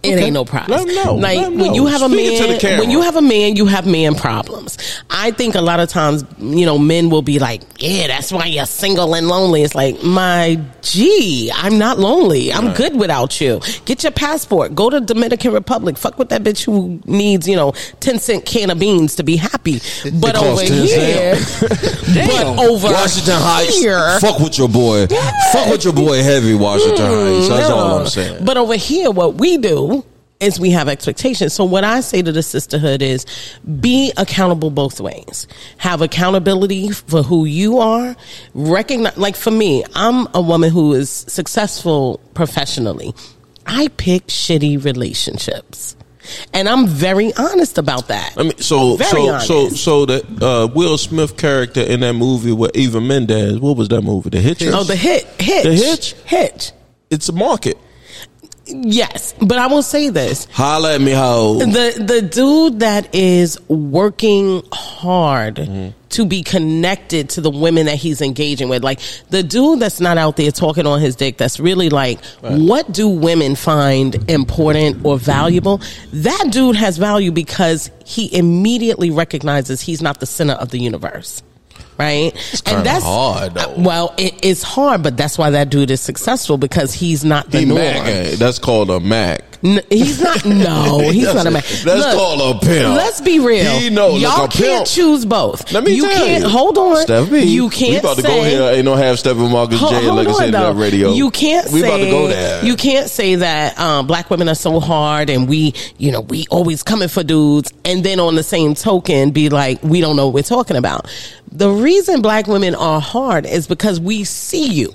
It Okay. ain't no prize. Let 'em know. Like Let 'em when know. you have a Speak it to the man, camera. when you have a man, you have man problems. I think a lot of times, you know, men will be like, "Yeah, that's why you're single and lonely." It's like, my G, I'm not lonely. I'm good without you. Get your passport. Go to Dominican Republic. Fuck with that bitch who needs, you know, ten cent can of beans to be happy. But costs over 10 here, cents. but over Washington Heights. here, Fuck with your boy. Fuck with your boy heavy Washington Heights. That's all I'm Hmm, No. saying. But over here, what we do is we have expectations. So what I say to the sisterhood is be accountable both ways. Have accountability for who you are. Recognize like for me, I'm a woman who is successful professionally. I pick shitty relationships. And I'm very honest about that. I mean, so Very so honest. so so the uh, Will Smith character in that movie with Eva Mendes. What was that movie? The Hitch. Oh, the hit, hitch, The hitch? hitch. It's a market. Yes, but I will say this: Holla at me, how the the dude that is working hard Mm-hmm. to be connected to the women that he's engaging with like the dude that's not out there talking on his dick that's really like what do women find important or valuable that dude has value because he immediately recognizes he's not the center of the universe right kinda hard, though. well it is hard but that's why that dude is successful because he's not the he norm Mac. eh? That's called a Mac. N- he's not. No, he's That's- not a man. that's called a pimp. Let's be real. He know, look, y'all a can't pimp- choose both. Let me you tell can't, you. Hold on. Steph B, You can't. We about to say, go here. Ain't no half step with Marcus Ho- J. Like I hold on, said in though. that radio. You can't We say about to go there. you can't say that um, black women are so hard and we, you know, we always coming for dudes, and then on the same token, be like, we don't know what we're talking about. The reason black women are hard is because we see you.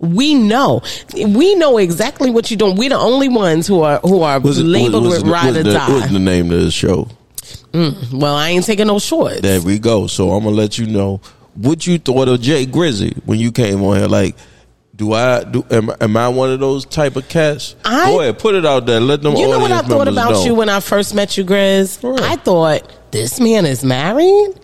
We know, we know exactly what you're doing. We're the only ones who are who are Was it- labeled was it- with ride was or the- die. What's the name of this show? Well, I ain't taking no shorts. There we go. So I'm gonna let you know what you thought of Jay Grizzy when you came on here. Like, do I do? Am, am I one of those type of cats? I- Go ahead, put it out there. Let them. you know what I audience thought members about know. you when I first met you, Grizz? What? I thought this man is married.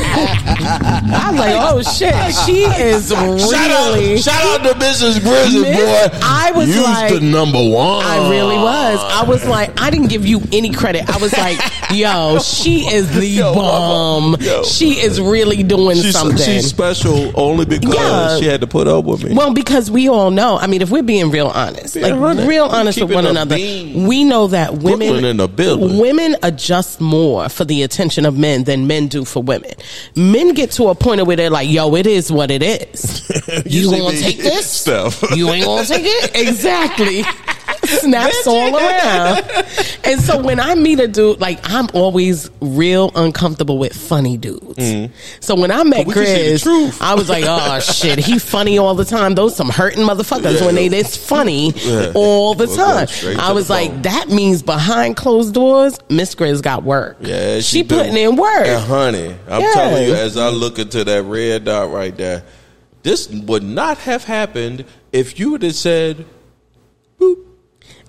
I was like, oh shit, she is Shout really. out, shout out to Mrs. Grizzy, Miss- boy. I was You's like- the number one. I really was. I was like, I didn't give you any credit. I was like, yo, she is the Yo, bomb. yo. She is really doing something. She's, she's special only because Yeah. she had to put up with me. Well, because we all know. I mean, if we're being real honest, Being like honest. real honest with Keeping one the another, beam. we know that women Brooklyn in the building. women adjust more for the attention of men than men men do for women. Men get to a point where they're like, "Yo, it is what it is. you Usually gonna they- take this? Stuff. You ain't gonna take it? Exactly." Snaps all around. And so when I meet a dude, like I'm always real uncomfortable with funny dudes. So when I met we can see the Grizz, truth. I was like, oh shit, he funny all the time. Those some hurting motherfuckers when they this funny all the We'll go time. straight to I the was like, bone. that means behind closed doors, Miss Grizz got work. Yeah, she, she, do. putting in work. And honey, I'm Yeah. telling you, as I look into that red dot right there, this would not have happened if you would have said,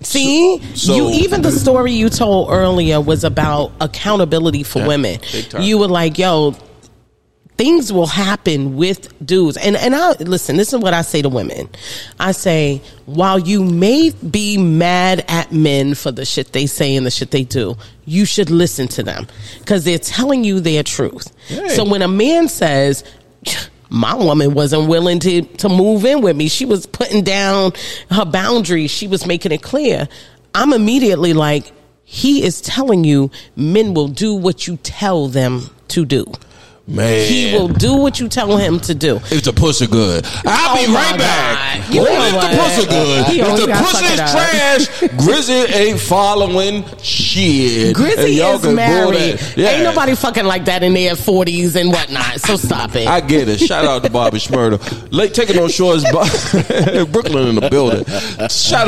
See, So- you even the story you told earlier was about accountability for women. big time. You were like, "Yo, things will happen with dudes." And and I listen. This is what I say to women. I say, while you may be mad at men for the shit they say and the shit they do, you should listen to them because they're telling you their truth. Right. So when a man says, my woman wasn't willing to to move in with me. She was putting down her boundaries. She was making it clear. I'm immediately like, he is telling you men will do what you tell them to do. Man. He will do what you tell him to do. If the pussy good, I'll Oh be my right back. God. You Only know if what? the pussy good. He if always the gotta pussy fuck is it up. trash, Grizzly ain't following shit. And Grizzy y'all is can bull married. that. Yeah. Ain't nobody fucking like that in their 40s and whatnot. So stop it. I get it. Shout out to Bobby Schmurda. Late taking on shores, Bo- Brooklyn in the building. Shout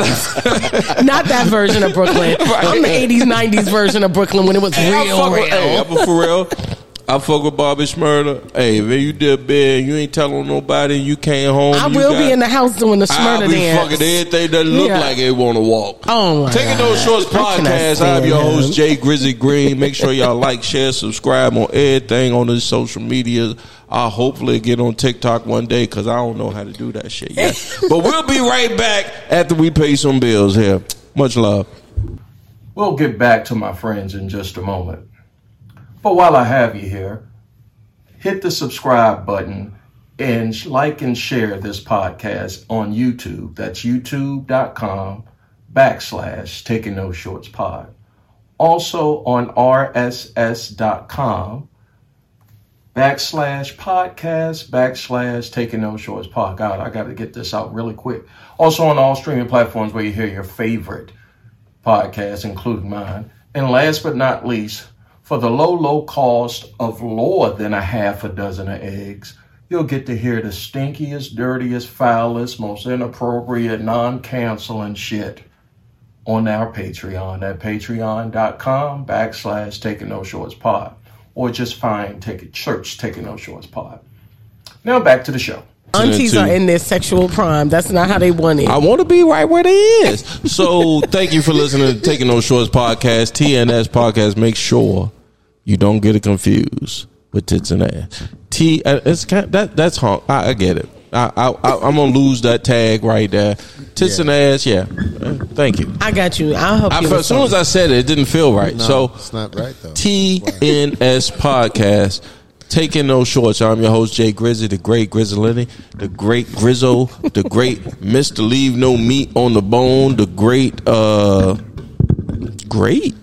out. Not that version of Brooklyn. I'm the 80s, 90s version of Brooklyn when it was Hey, I real, fuck with, hey, real. I'm a- for real. I fuck with Bobby Schmurda. Hey, man, you did bad. and You ain't telling nobody. You came home. I you will got- be in the house doing the I'll smurder be dance. fucking everything that look Yeah. like they want to walk. Oh my Taking God. those shorts I cannot podcast. stand I'm your him. host Jay Grizzly Green. Make sure y'all like, share, subscribe on everything on the social media. I'll hopefully get on TikTok one day because I don't know how to do that shit yet. but we'll be right back after we pay some bills here. Much love. We'll get back to my friends in just a moment. But while I have you here, hit the subscribe button and sh- like and share this podcast on YouTube. That's youtube.com backslash taking no shorts pod. Also on rss.com backslash podcast backslash taking no shorts pod. God, I got to get this out really quick. Also on all streaming platforms where you hear your favorite podcast, including mine. And last but not least, for the low, low cost of lower than a half a dozen of eggs, you'll get to hear the stinkiest, dirtiest, foulest, most inappropriate, non canceling shit on our Patreon at patreon.com backslash taking no shorts pod. Or just find take it church taking no shorts pod. Now back to the show. Aunties are in their sexual prime. That's not how they want it. I want to be right where they is. So thank you for listening to Taking No Shorts podcast, TNS podcast. Make sure you don't get it confused with tits and ass. T, uh, it's kind that that's honk. I, I get it. I, I, I I'm gonna lose that tag right there. Tits and ass. Yeah. Uh, Thank you. I got you. I'll help I, you. felt- with as soon as something. I said it, it didn't feel right. No, so it's not right, though. TNS podcast. Taking no shorts. I'm your host, Jay Grizzly, the great Grizzlini, the great Grizzle, the great Mr. Leave No Meat on the Bone, the great, uh, great.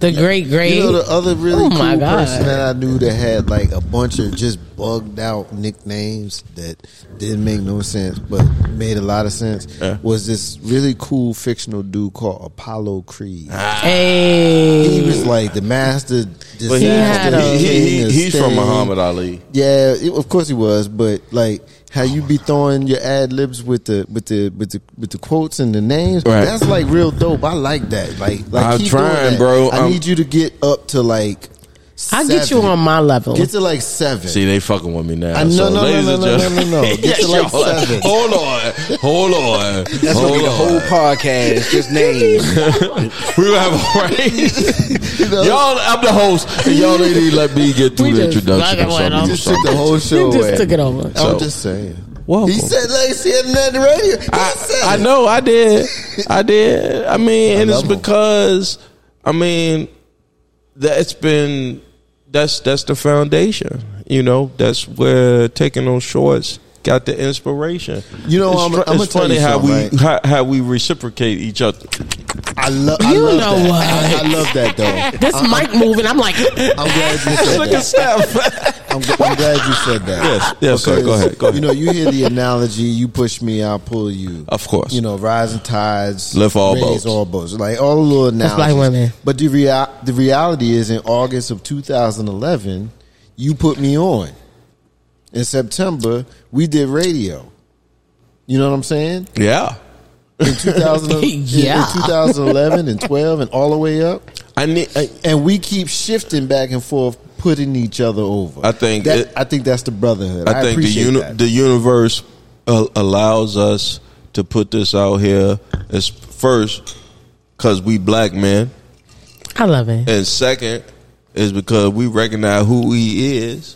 the great great. You know uh, the other really Oh, cool my God. person that I knew that had like a bunch of just bugged out nicknames that didn't make no sense but made a lot of sense was this really cool fictional dude called Apollo Creed. Ah. He hey, was like the master disaster. he had a- king He, he, of he's from stage. Muhammad Ali. Yeah, it, of course he was, but like how you be throwing your ad libs with the with the with the with the quotes and the names. Right. That's like real dope. I like that. Like like I'm keep doing trying, that. bro. I I'm- need you to get up to like. I'll get you seven. on my level. Get to like seven. See, they fucking with me now. I- no, so, no, no, ladies no, and no, no, gentlemen- no, no. Get to like Y'all, seven. Hold on. Hold on. That's hold gonna be the on. whole podcast. Just names. We will have a right. y'all, I'm the host, and y'all ain't even let me get through We the just introduction. fucking Or went something. off. I'm Just took the sorry. whole show. You just away. took it over. So- I'm just saying. Welcome. He said, "Like see it on the radio." He said I, I it. know, I did, I did. I mean, and it's love 'em. because, I mean, that's been that's that's the foundation. You know, that's where taking those shorts got the inspiration. You know, it's, I'm- tr- I'm gonna it's tell funny you how we something, how, how we reciprocate each other. I love. I You love know that. what? I, I love that though. This Uh-uh. I'm, mic moving. I'm like, I'm glad you said Look that. at Steph. I'm, gl- I'm glad you said that. Yes, yes, sir. Go ahead, go ahead. You know, you hear the analogy: you push me, I'll pull you. Of course. You know, rising tides Lift all raise boats. all boats. Like all the little That's uh, analogies. black women. But the rea- the reality is, in August of 2011, you put me on. In September, we did radio. You know what I'm saying? yeah. In 2000, Yeah. in 2011 and 12 and all the way up I need. I, and we keep shifting back and forth, putting each other over. I think that, it- I think that's the brotherhood. I think the appreciate uni- that. the universe uh, allows us to put this out here as first because we black men, I love it. and second is because we recognize who he is,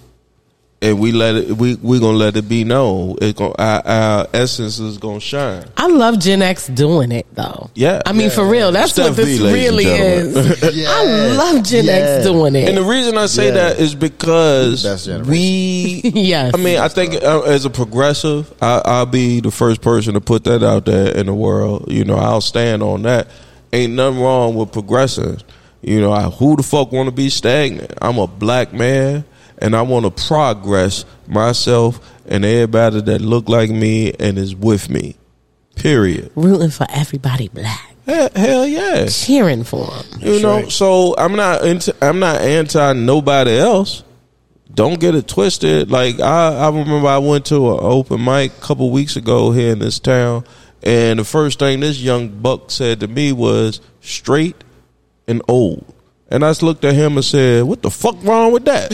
and we let it. We we gonna let it be known. It gon' our, our essence is gonna shine. I love Gen X doing it though. Yeah. I mean, Yeah. for real, that's Steph what this V, ladies and really gentlemen. is. I Yes. love Gen Yes. X doing And the it. reason I say Yeah. that is because Best generation. we Yes. I mean, I think uh, as a progressive, I, I'll be the first person to put that out there in the world. You know, I'll stand on that. Ain't nothing wrong with progressing. You know, I, who the fuck want to be stagnant? I'm a black man, and I want to progress myself and everybody that look like me and is with me. Period. Rooting for everybody black, Hell, hell yeah. cheering for them. You know, so I'm not into, I'm not anti nobody else. Don't get it twisted. Like I, I remember I went to an open mic a couple weeks ago here in this town, and the first thing this young buck said to me was straight and old. And I just looked at him and said, "What the fuck wrong with that?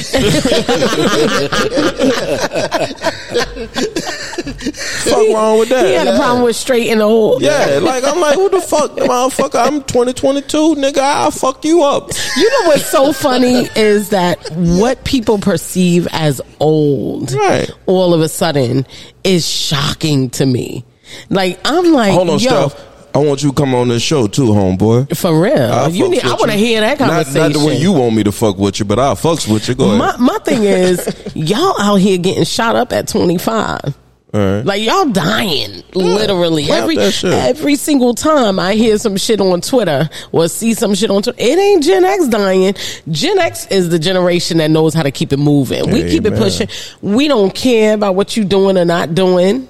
fuck wrong with that? He had a problem with straight and old. Yeah, like I'm like, who the fuck, motherfucker? I'm 2022, nigga. I'll fuck you up. You know what's so funny is that what people perceive as old Right. all of a sudden is shocking to me. Like I'm like, Hold on, yo, Steph. I want you to come on this show too, homeboy. for real. I'll you fucks need, I with want to you. hear that Not- conversation. Not, the way you want me to fuck with you, but I'll fucks with you. Go ahead. My my thing is y'all out here getting shot up at 25. All right. Like y'all dying literally Clap every that shit. every single time I hear some shit on Twitter or see some shit on Twitter. It ain't Gen X dying. Gen X is the generation that knows how to keep it moving. We keep it Amen. pushing. We don't care about what you doing or not doing.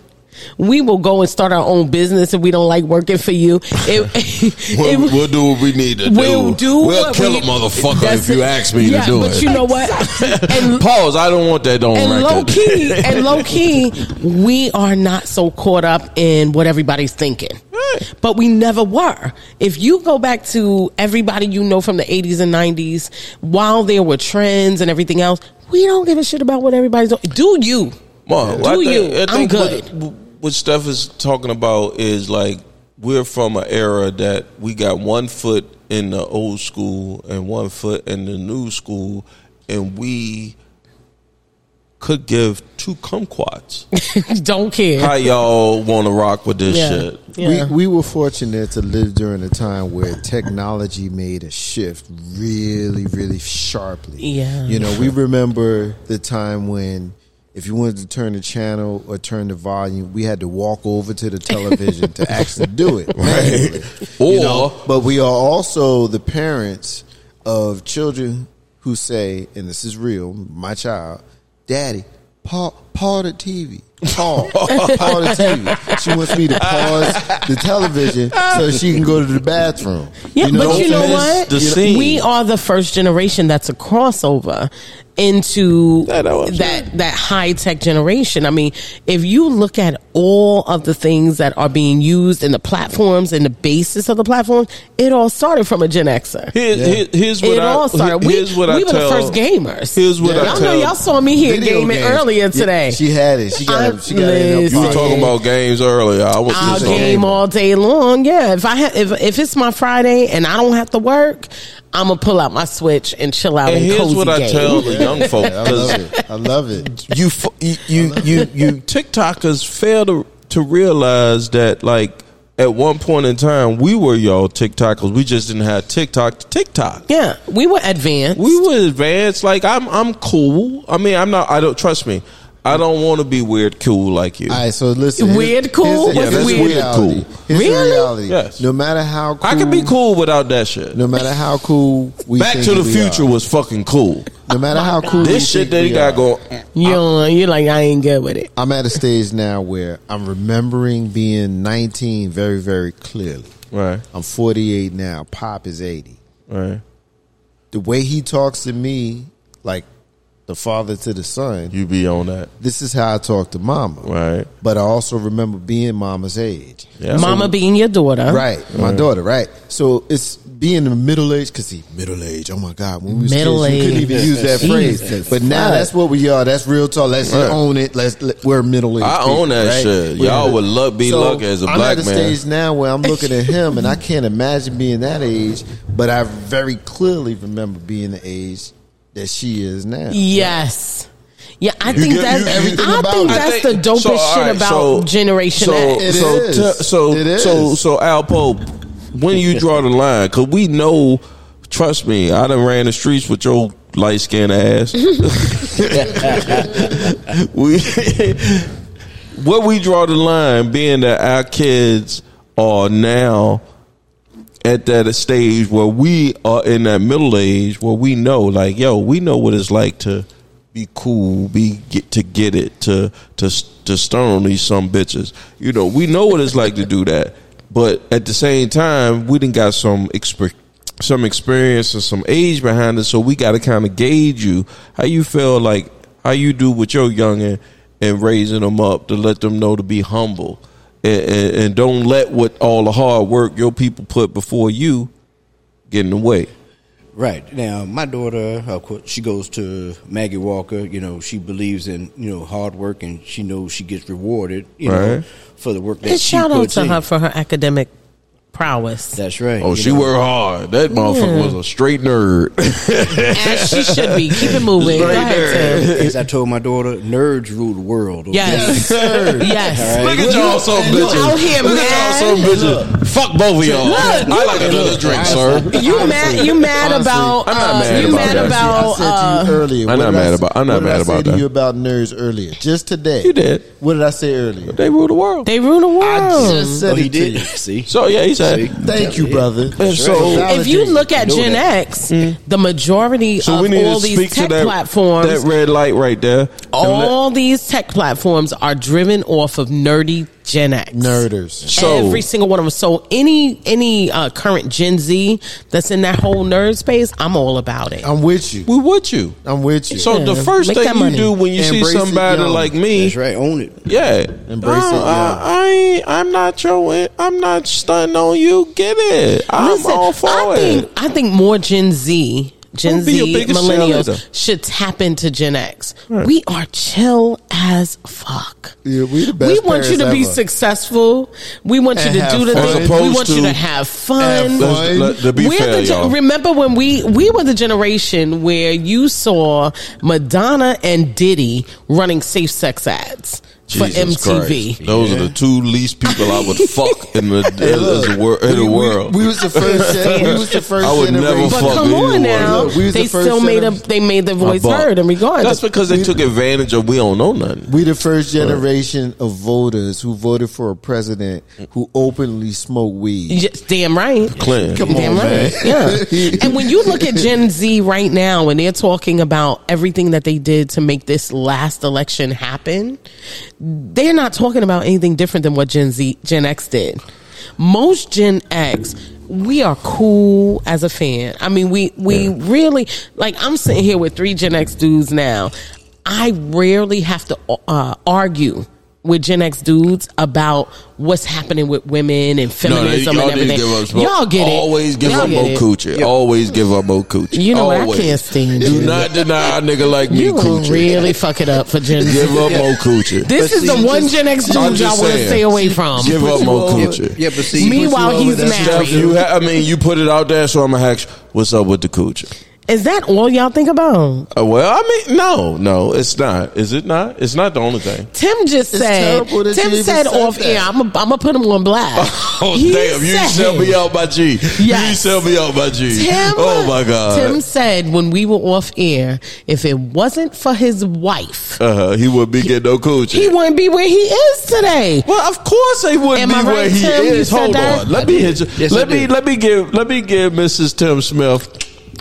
We will go and start our own business if we don't like working for you. It, We'll, it- we'll do what we need to we'll do. We'll what kill we- a motherfucker That's if you it. ask me Yeah, to do but it. you know what? And Pause. I don't want that on and record. low key, and low key, we are not so caught up in what everybody's thinking. But we never were. If you go back to everybody you know from the 80s and 90s, while there were trends and everything else, we don't give a shit about what everybody's doing. Do you? Well, Do you? I'm good. What, what Steph is talking about is like we're from an era that we got one foot in the old school and one foot in the new school, and we could give two kumquats. don't care. How y'all want to rock with this Yeah. shit? Yeah. We, we were fortunate to live during a time where technology made a shift really, really sharply. Yeah. You know, we remember the time when if you wanted to turn the channel or turn the volume, we had to walk over to the television to actually do it. Right. Or But we are also the parents of children who say, and this is real, my child, Daddy, paw, paw the TV. Paw, paw the TV. She wants me to pause the television so she can go to the bathroom. Yeah, but don't you know miss what? the You know, scene. We are the first generation that's a crossover into I know what that I'm that, high tech generation. I mean, if you look at all of the things that are being used in the platforms and the basis of the platform, it all started from a Gen Xer. Here's, here- here's what it I, all started. We, here's what we I were tell- the first gamers. Here's what I y'all tell- know. Y'all saw me here Video gaming games. earlier Yeah, today. She had it. She got it. She got it. in her You were Listen. pocket. talking about games earlier. I was I'll just Listen. game all day long. Yeah, if I ha- if if it's my Friday and I don't have to work, I'm gonna pull out my Switch and chill out. And And, here's cozy what I game. tell the young folk Yeah, I love because it. I love it. you f- you you you, you TikTokers fail to to realize that like at one point in time we were y'all TikTokers. We just didn't have TikTok. to TikTok. Yeah, we were advanced. We were advanced. Like I'm I'm cool. I mean I'm not. I don't trust me. I don't want to be weird cool like you. All right, so listen. Weird cool? here's the- Yeah, here's that's the weird reality. cool. Here's the Really? reality. Yes. No matter how cool, I can be cool without that shit. No matter how cool we Back think to the we Future are. was fucking cool. No matter how cool we This shit think that we he got are. going. You know, you're like I ain't good with it. I'm at a stage now where I'm remembering being 19 very, very clearly. Right, I'm 48 now. Pop is 80. right. The way he talks to me, like the father to the son, You be on that. this is how I talk to mama. Right. But I also remember being mama's age. Yeah. Mama being your daughter, Right, my daughter. Right, so it's being the middle age because he middle age. Oh my god, when we was Middle kids, you couldn't even age. use that Jesus phrase. But now Christ. that's what we are. That's real talk. Let's Right. own it. Let's let, we're middle age. I own that shit. Y'all would love- be lucky as a I'm black at a man. stage now where I'm looking at him and I can't imagine being that age, but I very clearly remember being the age that she is now. Yes. Yeah, I think get- that's you- everything I about think it. that's think- the dopest so, all shit right, about so- Generation so, X. It so, is. te- so, It is. so, so, Al Pope, when you draw the line, because we know, trust me, I done ran the streets with your light skinned ass. we, where we draw the line being that our kids are now at that stage where we are in that middle age where we know like yo we know what it's like to be cool be get to get it to to to stone these some bitches you know we know what it's like to do that but at the same time we didn't got some exper- some experience and some age behind it so we got to kind of gauge you how you feel like how you do with your youngin and raising them up to let them know to be humble and, and, and don't let what all the hard work your people put before you get in the way. Right now, my daughter, of course, she goes to Maggie Walker. You know, she believes in you know hard work, and she knows she gets rewarded. You know, Right. for the work that And she shout out puts to in. her for her academic prowess. That's right. Oh, you she know. worked hard. That motherfucker Yeah. was a straight nerd. As she should be. Keep it moving. Go Right ahead, Tim. As I told my daughter, nerds rule the world. okay? Yes. yes. Look at y'all, some bitches. out here Look mad. at y'all, some bitches. Fuck both of y'all. Look, I like another drink, sir. You mad? You mad Honestly, about? I'm not uh, mad you about mad that. about? I said to uh, you earlier. I'm what not did mad I, about- I'm not what did mad I about say that. to you about nerds earlier. Just today. You did. What did I say earlier? They rule the world. they rule the I world. just Oh, said he it to did. you. See, So yeah, he said. Thank you, brother. And so, Validate if you look at know Gen that. X, the majority so of we need all to speak these to tech that platforms, that red light right there. And let- all these tech platforms are driven off of nerdy Gen X. nerders. So- Every single one of them. So any any uh, current Gen Z that's in that whole nerd space, I'm all about it. I'm with you. we with you. I'm with you. So the Yeah, first make thing that you money. do when you Embrace it see somebody young. like me, that's right. Own it. Yeah, Embrace it, Uh, yeah. I, I ain't. I'm not your. en- I'm not stunting on you. Get it. I'm Listen, all for I it. Think, I think more Gen Z, Gen Don't be your Z, biggest millennials cheerleader. should tap into Gen X. We are chill as fuck. Yeah, we the best want you parents to be ever. successful. We want you And to have do the fun. things. As We opposed want you to- to have fun. Have fun. Let's, let, to be We're fair, the gen- y'all. remember when we we were the generation where you saw Madonna and Diddy running safe sex ads for Jesus MTV. Christ. Those are the two least people I would fuck in the, in the, wor- in the We- we- world. We, was the first. gen- we was the first. I would never generation. But fuck come anyone. on now, Look, we was they the first still made a gener- they made their I voice bought. heard in regard. That's to- because they took advantage of we don't know nothing. We the first generation of voters who voted for a president who openly smoked weed. Yes, damn right. Clinton. Come on, Damn man. right. Yeah. and when you look at Gen Z right now and they're talking about everything that they did to make this last election happen, they're not talking about anything different than what Gen Z Gen X did. Most Gen X, we are cool as a fan. I mean, we we really like I'm sitting here with three Gen X dudes now. I rarely have to uh, argue with Gen X dudes about what's happening with women and feminism y'all and need to everything. give up smoke. y'all get it. Always give Y'all up get more it. coochie. Always give up more coochie. You know I Always. can't stand Do you. not deny a nigga like me You gonna coochie. really fuck it up for Gen Z. Give up more coochie. This is the one Gen X dude I'm y'all just want to saying. stay away from. Give up more over- coochie. Yeah, but see, Meanwhile, he's Steph, you married. ha- I mean, you put it out there, so I'm gonna ask, you, what's up with the coochie? Is that all y'all think about? Uh, well, I mean, no, no, it's not. Is it not? It's not the only thing. Tim just It's said. terrible that Tim you even said said off that. air. I'm gonna I'm put him on blast. Oh He damn! You said- sell me out by G. You sell me out by G. Tim, oh my Tim god! said when we were off air, if it wasn't for his wife, Uh, he wouldn't be getting no coochie. he wouldn't be where he is today. Well, of course they wouldn't Am be I where right, he Tim? You is. said Hold that? on. Let me hit you. Yes, let I me did. let me give let me give Mrs. Tim Smith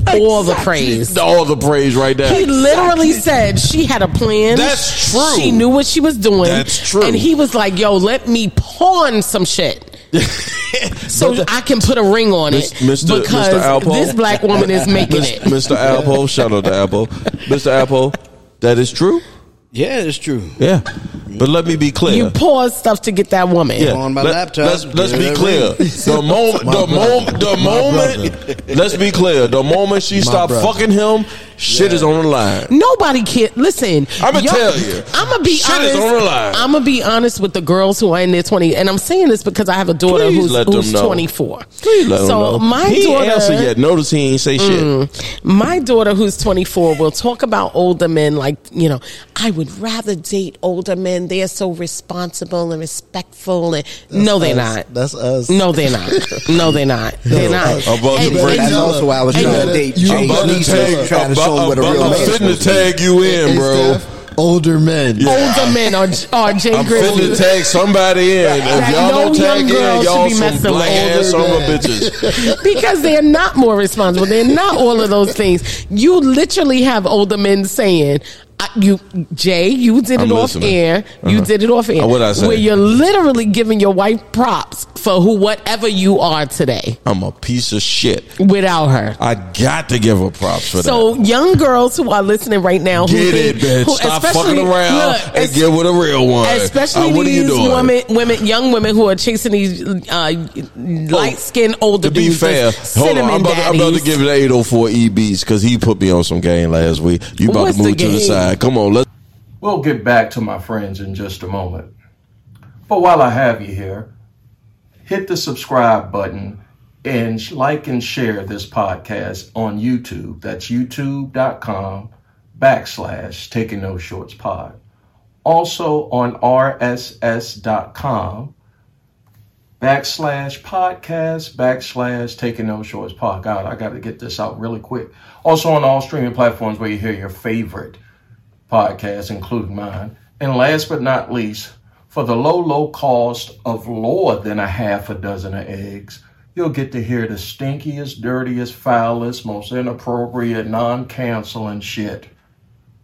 All the praise. all the praise right there. He literally said she had a plan. That's true. She knew what she was doing. That's true. And he was like, "Yo, let me pawn some shit." so I can put a ring on it Mis- Mr. because Mr. Alpo. this black woman is making Mis- it. Mr. Apple, shout out to Apple. Mr. Apple, that is true. Yeah, it's true. Yeah, but let me be clear. You pause stuff to get that woman. Yeah. On my laptop, Let's, let's get be it clear. ready. The moment, the moment, the moment. Let's be clear. The moment she stopped brother. fucking him, shit is on the line. Nobody can listen. I'ma tell you. I'm gonna be Shit is honest. on the line. I'm gonna be honest with the girls who are in their 20s, and I'm saying this because I have a daughter Please who's, let them who's know. 24. Let him so know. my he daughter, Mm. ain't answer yet. Notice he ain't say shit. my daughter who's 24, will talk about older men like you know. I would rather date older men. They're so responsible and respectful. And no, they're That's- not. That's us. No, they're not. No, they're not. They're not. I'm about to And- and- break That's you- also you why I was better- trying to date you Jay. better He needs to tell try her- trying to show him what a I'm- real I'm man is fitting to supposed to tag you in, Hey, bro. Steph, older men. Older men are, are Jay I'm fitting Grizzly. to tag somebody in. If That y'all no don't tag young in, girl y'all should be some messing with black older ass summer men. bitches. because they're not more responsible. They're not all of those things. You literally have older men saying, I, "You, Jay, you did it I'm off listening. air. You Uh-huh. did it off air." Uh, what'd I say? Where you're literally giving your wife props for who, whatever you are today, I'm a piece of shit. without her. I got to give her props for that. So, young girls who are listening right now, who Get it, think- bitch. who- Stop especially- fucking around look, and es- get with a real one. Especially Uh, what are you these doing? Oh, women, women, young women who are chasing these uh, light skinned older To be dudes, fair, those hold on. cinnamon I'm about, to, I'm about to oh daddies. give it 804 EBs because E he put me on some game last week. You about What's to the move to the game? side. Come on, let's. We'll get back to my friends in just a moment. But while I have you here, hit the subscribe button and sh- like and share this podcast on YouTube. That's youtube.com backslash taking no shorts pod. Also on rss.com backslash podcast backslash taking no shorts pod. God, I got to get this out really quick. Also on all streaming platforms where you hear your favorite podcast, including mine. And last but not least, for the low, low cost of lower than a half a dozen of eggs, you'll get to hear the stinkiest, dirtiest, foulest, most inappropriate, non canceling shit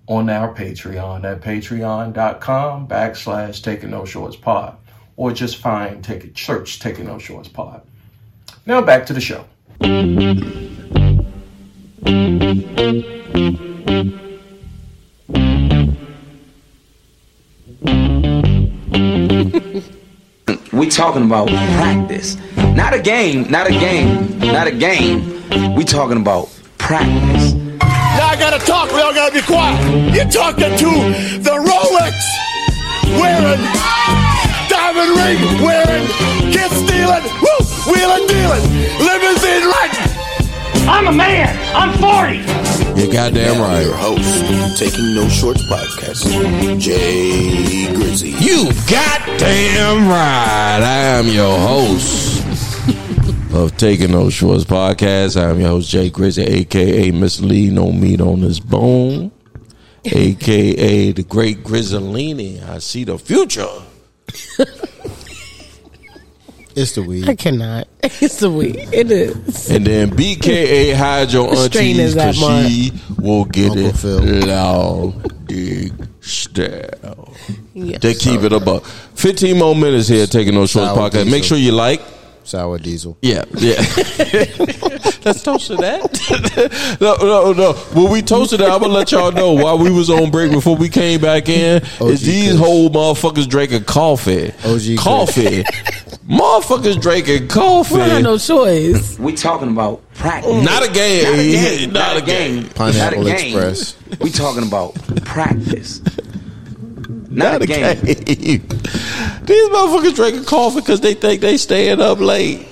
on our Patreon at patreon.com backslash taking no shorts pod. Or just find take it search taking no shorts pod. Now back to the show. We talking about practice. Not a game, not a game, not a game. We talking about practice. Now I gotta talk, we all gotta be quiet. You're talking to the Rolex wearing, diamond ring wearing, kid stealing, woo, wheeling dealing, limousine riding. I'm a man, I'm 40. You're goddamn Now Your right. host, Taking No Shorts Podcast, Jay Grizzy. You goddamn right. I am your host of Taking No Shorts podcast. I am your host, Jay Grizzly, aka Miss Lee, no meat on his bone, aka the great Grizzolini. I see the future. It's the I weed. cannot. It's the weed. It is. And then BKA hide your The strain aunties is that because she will get Uncle it Phil. long, dig, style. Yes. They keep it above. 15 more minutes here taking no shorts Sour podcast. diesel. Make sure you like. Sour diesel. Yeah, yeah. Let's toast to that. no, no, no. When we toasted that, I'm gonna let y'all know while we was on break before we came back in. OG is these Kush. whole motherfuckers drinking coffee? OG Kush. coffee. motherfuckers drinking coffee. We don't have no choice. We talking about practice. Not a game. Not a Yeah, game. not Not a a game. Pineapple Not a game. Express. We talking about practice. Not, Not a a game. game. these motherfuckers drinking coffee because they think they staying up late.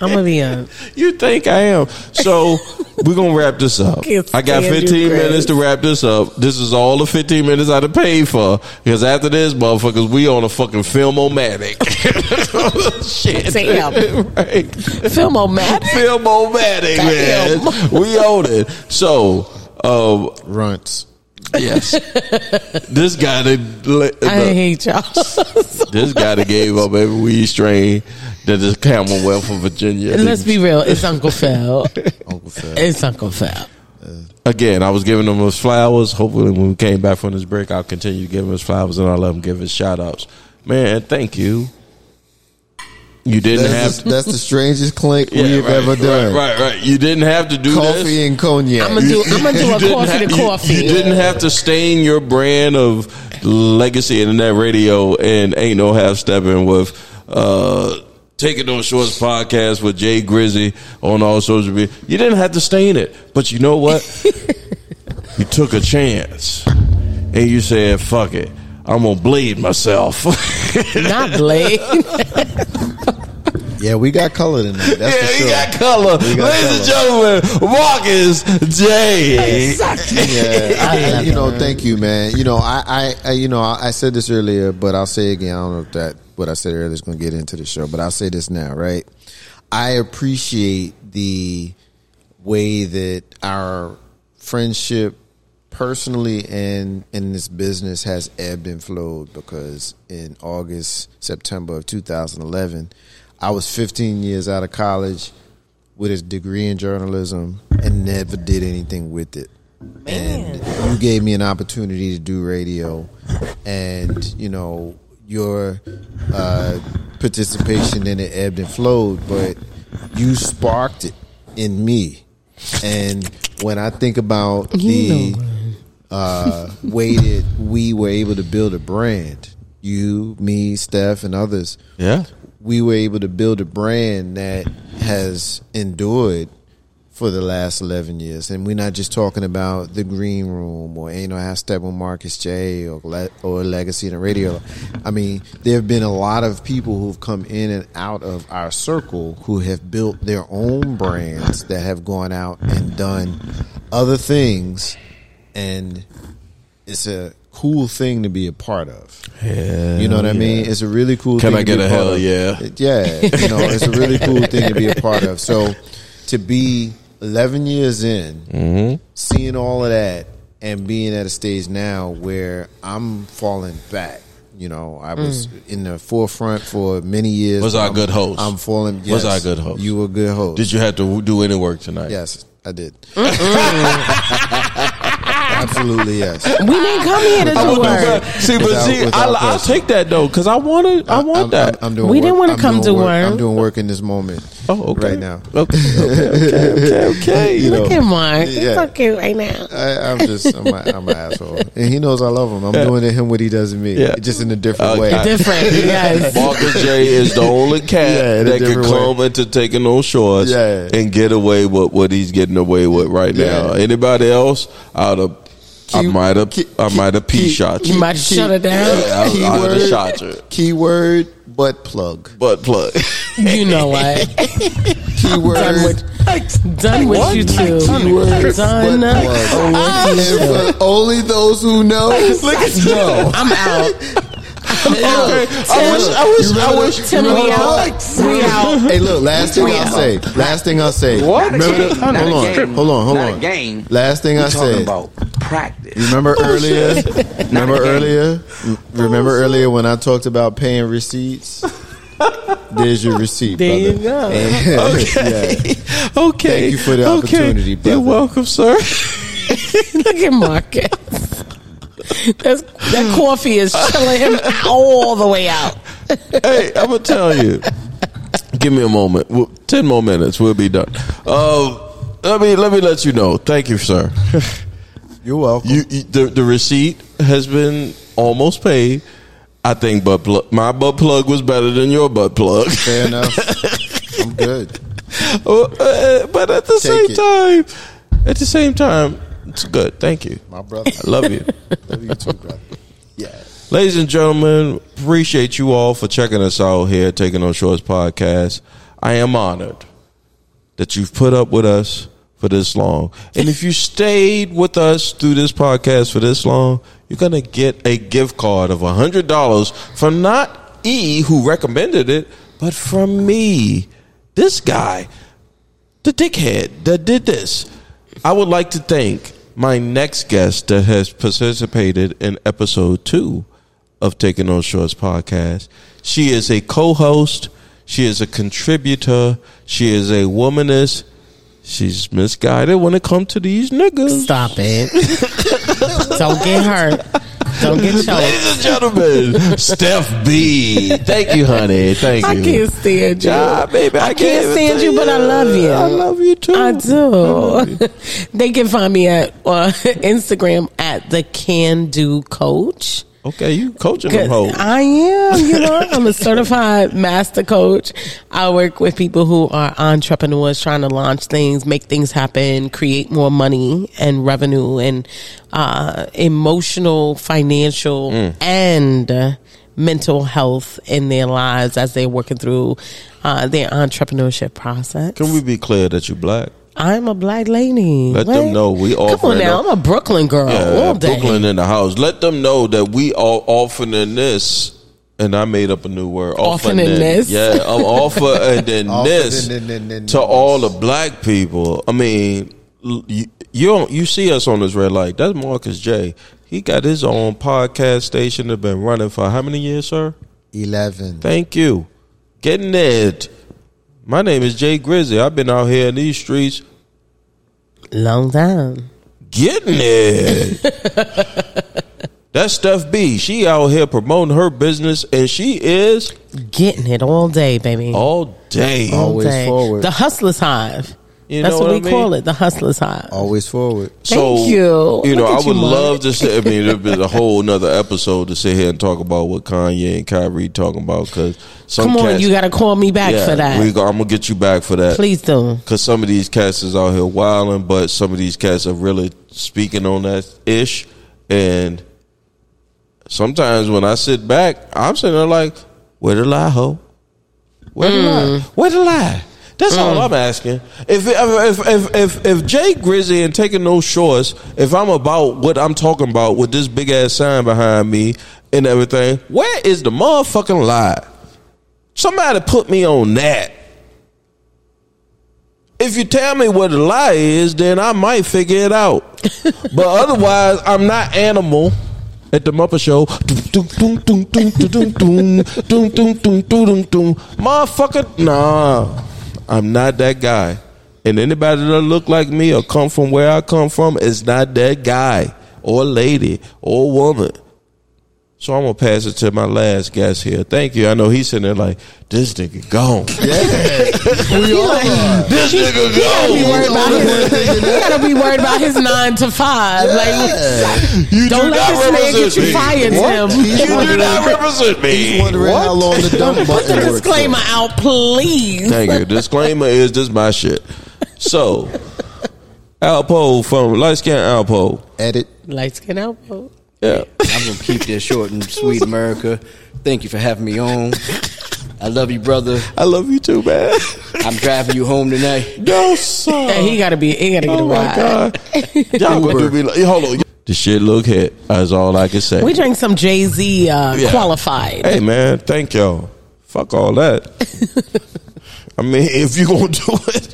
I'm gonna be uh, a You think I am? So we're gonna wrap this up. Can't I got stand you, 15 Chris. minutes to wrap this up. This is all the 15 minutes I'd have paid for. Because after this, motherfuckers, we on a fucking filmomatic. Shit. Damn. right. filmomatic. Filmomatic, Damn. man. We own it. So, um, Runts. yes. this guy did. let- I the- hate y'all. this guy that gave up every weed strain that is Commonwealth of Virginia. Let's be real. It's Uncle Phil. Uncle Phil. It's Uncle Phil. Again, I was giving him his flowers. Hopefully, when we came back from this break, I'll continue to give him his flowers and I'll let him give his shout outs. Man, thank you. You didn't That's, have the- that's the strangest clink Yeah, we've right, ever done. Right, right, right. You didn't have to do Coffee this. and cognac. I'm gonna do. I'm gonna do You a didn't coffee have- to you- coffee. You, didn't have to stain your brand of legacy internet radio and ain't no half stepping with uh taking on shorts podcast with Jay Grizzy on all social media. You didn't have to stain it, but you know what? you took a chance and you said, "Fuck it." I'm gonna bleed myself. not Blade. Yeah, we got color tonight. That's yeah, for he sure. got color. We got Ladies and gentlemen, Marcus J. yeah, I, I- you know, thank you, man. You know, I, I, I you know, I, I said this earlier, but I'll say again. I don't know if that what I said earlier is going to get into the show, but I'll say this now, right? I appreciate the way that our friendship, personally and in this business, has ebbed and flowed. Because in August, September of 2011, I was 15 years out of college with a degree in journalism and never did anything with it and you gave me an opportunity to do radio and you know your uh, participation in it ebbed and flowed but you sparked it in me and when i think about the uh, way that we were able to build a brand you me steph and others Yeah. we were able to build a brand that has endured for the last 11 years. And we're not just talking about the green room or Ain't No Half Step with Marcus J or, Le- or Legacy in the Radio. I mean, there have been a lot of people who've come in and out of our circle who have built their own brands that have gone out and done other things. And it's a cool thing to be a part of. You know what I mean? It's a really cool Oh, Can thing I to get be a part hell of. yeah? Yeah. You know, it's a really cool thing to be a part of. So to be 11 years in, Mm-hmm. seeing all of that and being at a stage now where I'm falling back. You know, I was in the forefront for many years. Was I a I'm- good host? I'm falling. Yes, Was I a good host? You were a good host. Did you have to do any work tonight? Yes, I did. Absolutely, yes. we didn't come here to I do would do work. that. See, but Without- see, I, without I'll question. take that though, because I want to. I want I'm- I'm- that. I'm doing We work. didn't wanna I'm come doing to work. I'm doing work in this moment. oh, okay. Right now. Okay. Okay. Okay. okay. You Look know. at Mark. He's Yeah. so cute right now. I, I'm just, I'm, a, I'm an asshole, and he knows I love him. I'm doing to him what he does to me, Yeah. just in a different Okay. way. Different, yes. Marcus J is the only cat Yeah, in a that can different way. come into taking those shorts Yeah. and get away with what he's getting away with right now. Yeah. Anybody else? I'd have, I Keep- might have, keep- I might have pee keep- shot You you. might shut it down. Yeah, I, I would have Keyword. shot you. Keyword butt plug. Butt plug. You know what? Done Keyword. with, done with you two. Keyword Done. butt plug. And for only those who know. Look at no. I'm out. I wish. I wish. I wish. Tim, we out. We out. Hey, look. Last thing I'll say. Last thing I'll say. What? Remember the- Not a hold on. game. Hold on. Hold Not a on. game. Last thing we I talking said. about practice. Remember earlier? Remember Not a game. earlier? M- Remember earlier when I talked about paying receipts? There's your receipt, There you brother. go. And- yeah. Okay. Thank you for the Okay. opportunity, brother. You're welcome, sir. Look at Marcus. That's, that coffee is chilling him all the way out. hey, I'm gonna tell you. Give me a moment. Well, Ten more minutes. We'll be done. Uh, let me let me let you know. Thank you, sir. You're welcome. You, you the the receipt has been almost paid. I think butt plug. My butt plug was better than your butt plug. Fair enough. I'm good. Uh, uh, but at the Take same it. time, at the same time, it's good. Thank you. My brother. I love you. Love you too, brother. Yeah. Ladies and gentlemen, appreciate you all for checking us out here, taking on Shorts podcast. I am honored that you've put up with us for this long. And if you stayed with us through this podcast for this long, you're going to get a gift card of $100 from not E, who recommended it, but from me, this guy, the dickhead that did this. I would like to thank my next guest that has participated in episode two of Taking On Shorts podcast. She is a co host, she is a contributor, she is a womanist. She's misguided when it comes to these niggas. Stop it. Don't get hurt. Don't get choked. Ladies and gentlemen, Steph B. Thank you, honey. Thank I you. can't stand you. Ah, baby, I, I can't even stand tell you, but I love you. I love you too. I love do. they can find me at uh, Instagram at the Can Do Coach. Okay, you coaching them hoes. Good. I am. You know, I'm a certified master coach. I work with people who are entrepreneurs trying to launch things, make things happen, create more money and revenue and uh, emotional, financial, Mm. and uh, mental health in their lives as they're working through uh, their entrepreneurship process. Can we be clear that you black? I'm a black lady. Let them know we all Come on friend now, up. I'm a Brooklyn girl Oh, all day. Brooklyn in the house. Let them know that we are offering this. And I made up a new word. Offering this? Yeah, I'm offering this Offering this. to all the black people. I mean, l- you you, don't, you see us on this red light. That's Marcus J. He got his own podcast station that been running for how many years, sir? 11. Thank you. Getting it. My name is Jay Grizzly. I've been out here in these streets Long time. getting it. That's Steph B. She out here promoting her business, and she is Getting it all day, baby. all day. All Always day. forward. The Hustler's Hive. You That's know what, what we I mean? call it, the Hustler's Hive. Oh, Always forward. Thank you. You know, Look I at would you, Mark. love to sit. I mean, it'd be a whole nother episode to sit here and talk about what Kanye and Kyrie talking about. Because some Come on, cats- you got to call me back Yeah, for that. We, go- I'm gonna get you back for that. Please do. Cause some of these cats is out here wilding, but some of these cats are really speaking on that ish. And sometimes when I sit back, I'm sitting there like, where the lie, ho? Where the lie? Where the lie? That's all I'm asking. If if if if if Jay Grizzy and taking those shorts, if I'm about what I'm talking about with this big ass sign behind me and everything, where is the motherfucking lie? Somebody put me on that. If you tell me what a lie is, then I might figure it out. but otherwise, I'm not animal at the Muppet Show. Doom, doom, doom, doom, doom, doom, doom, doom, doom, doom, doom, doom, doom. Motherfucker, nah, I'm not that guy. And anybody that look like me or come from where I come from is not that guy or lady or woman. So I'm gonna pass it to my last guest here. Thank you. I know he's sitting there like this nigga gone. We are. This nigga Gotta be worried gone. about his, you gotta be worried about his nine to five. Like, don't let not this man get represent you me. fired, What? Tim. You do not represent He's me. wondering how long the dump Put the button works. disclaimer out, please. Thank you. Disclaimer is this my shit. So, Alpo from light skin Alpo. Edit. Lights can out. Oh. bro. Yeah. I'm gonna keep this short and sweet, America. Thank you for having me on. I love you, brother. I love you too, man. I'm driving you home tonight. No, sir. Yeah, he gotta be. He gotta get a oh my ride. god. Y'all gonna do me like, hold on. The shit look hit. That's all I can say. We drink some Jay Z uh, Yeah. qualified. Hey man, thank y'all. Fuck all that. I mean, if you gonna do it,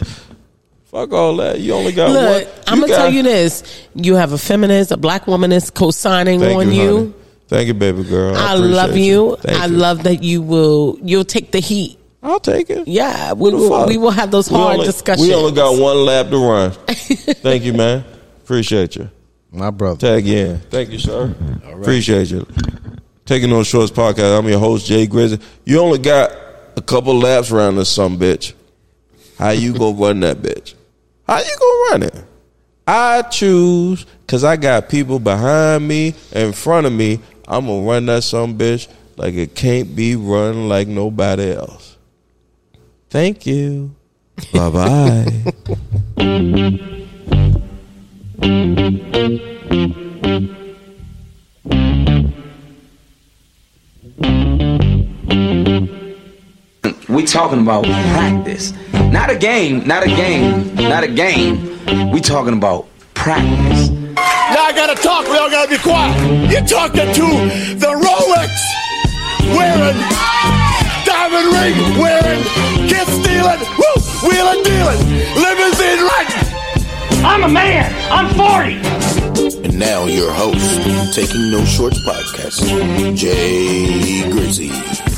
fuck all that. You only got Look, one. I'm gonna got- tell you this: you have a feminist, a black womanist co-signing Thank on you, you. honey. Thank you, baby girl. I, I, appreciate love you. Thank I you. love that you will. You'll take the heat. I'll take it. Yeah, we The will. fuck? We will have those We hard only- discussions. We only got one lap to run. Thank you, man. Appreciate you. My brother. Tag in. Thank you, sir. Appreciate you. Taking on Shorts podcast. I'm your host, Jay Grizzly. You only got a couple laps around this some bitch. How you gonna run that bitch? How you gonna run it? I choose because I got people behind me, in front of me. I'm gonna run that some bitch like it can't be run like nobody else. Thank you. Bye bye. We talk talking about practice. Not a game, not a game, not a game. We talking about practice. Now I gotta talk, we all gotta be quiet. You're talking to the Rolex wearing, diamond ring wearing, kiss stealing, woo, wheeling dealing, limousine riding. I'm a man, I'm 40. And now your host, Taking No Shorts Podcast, Jay Grizzy.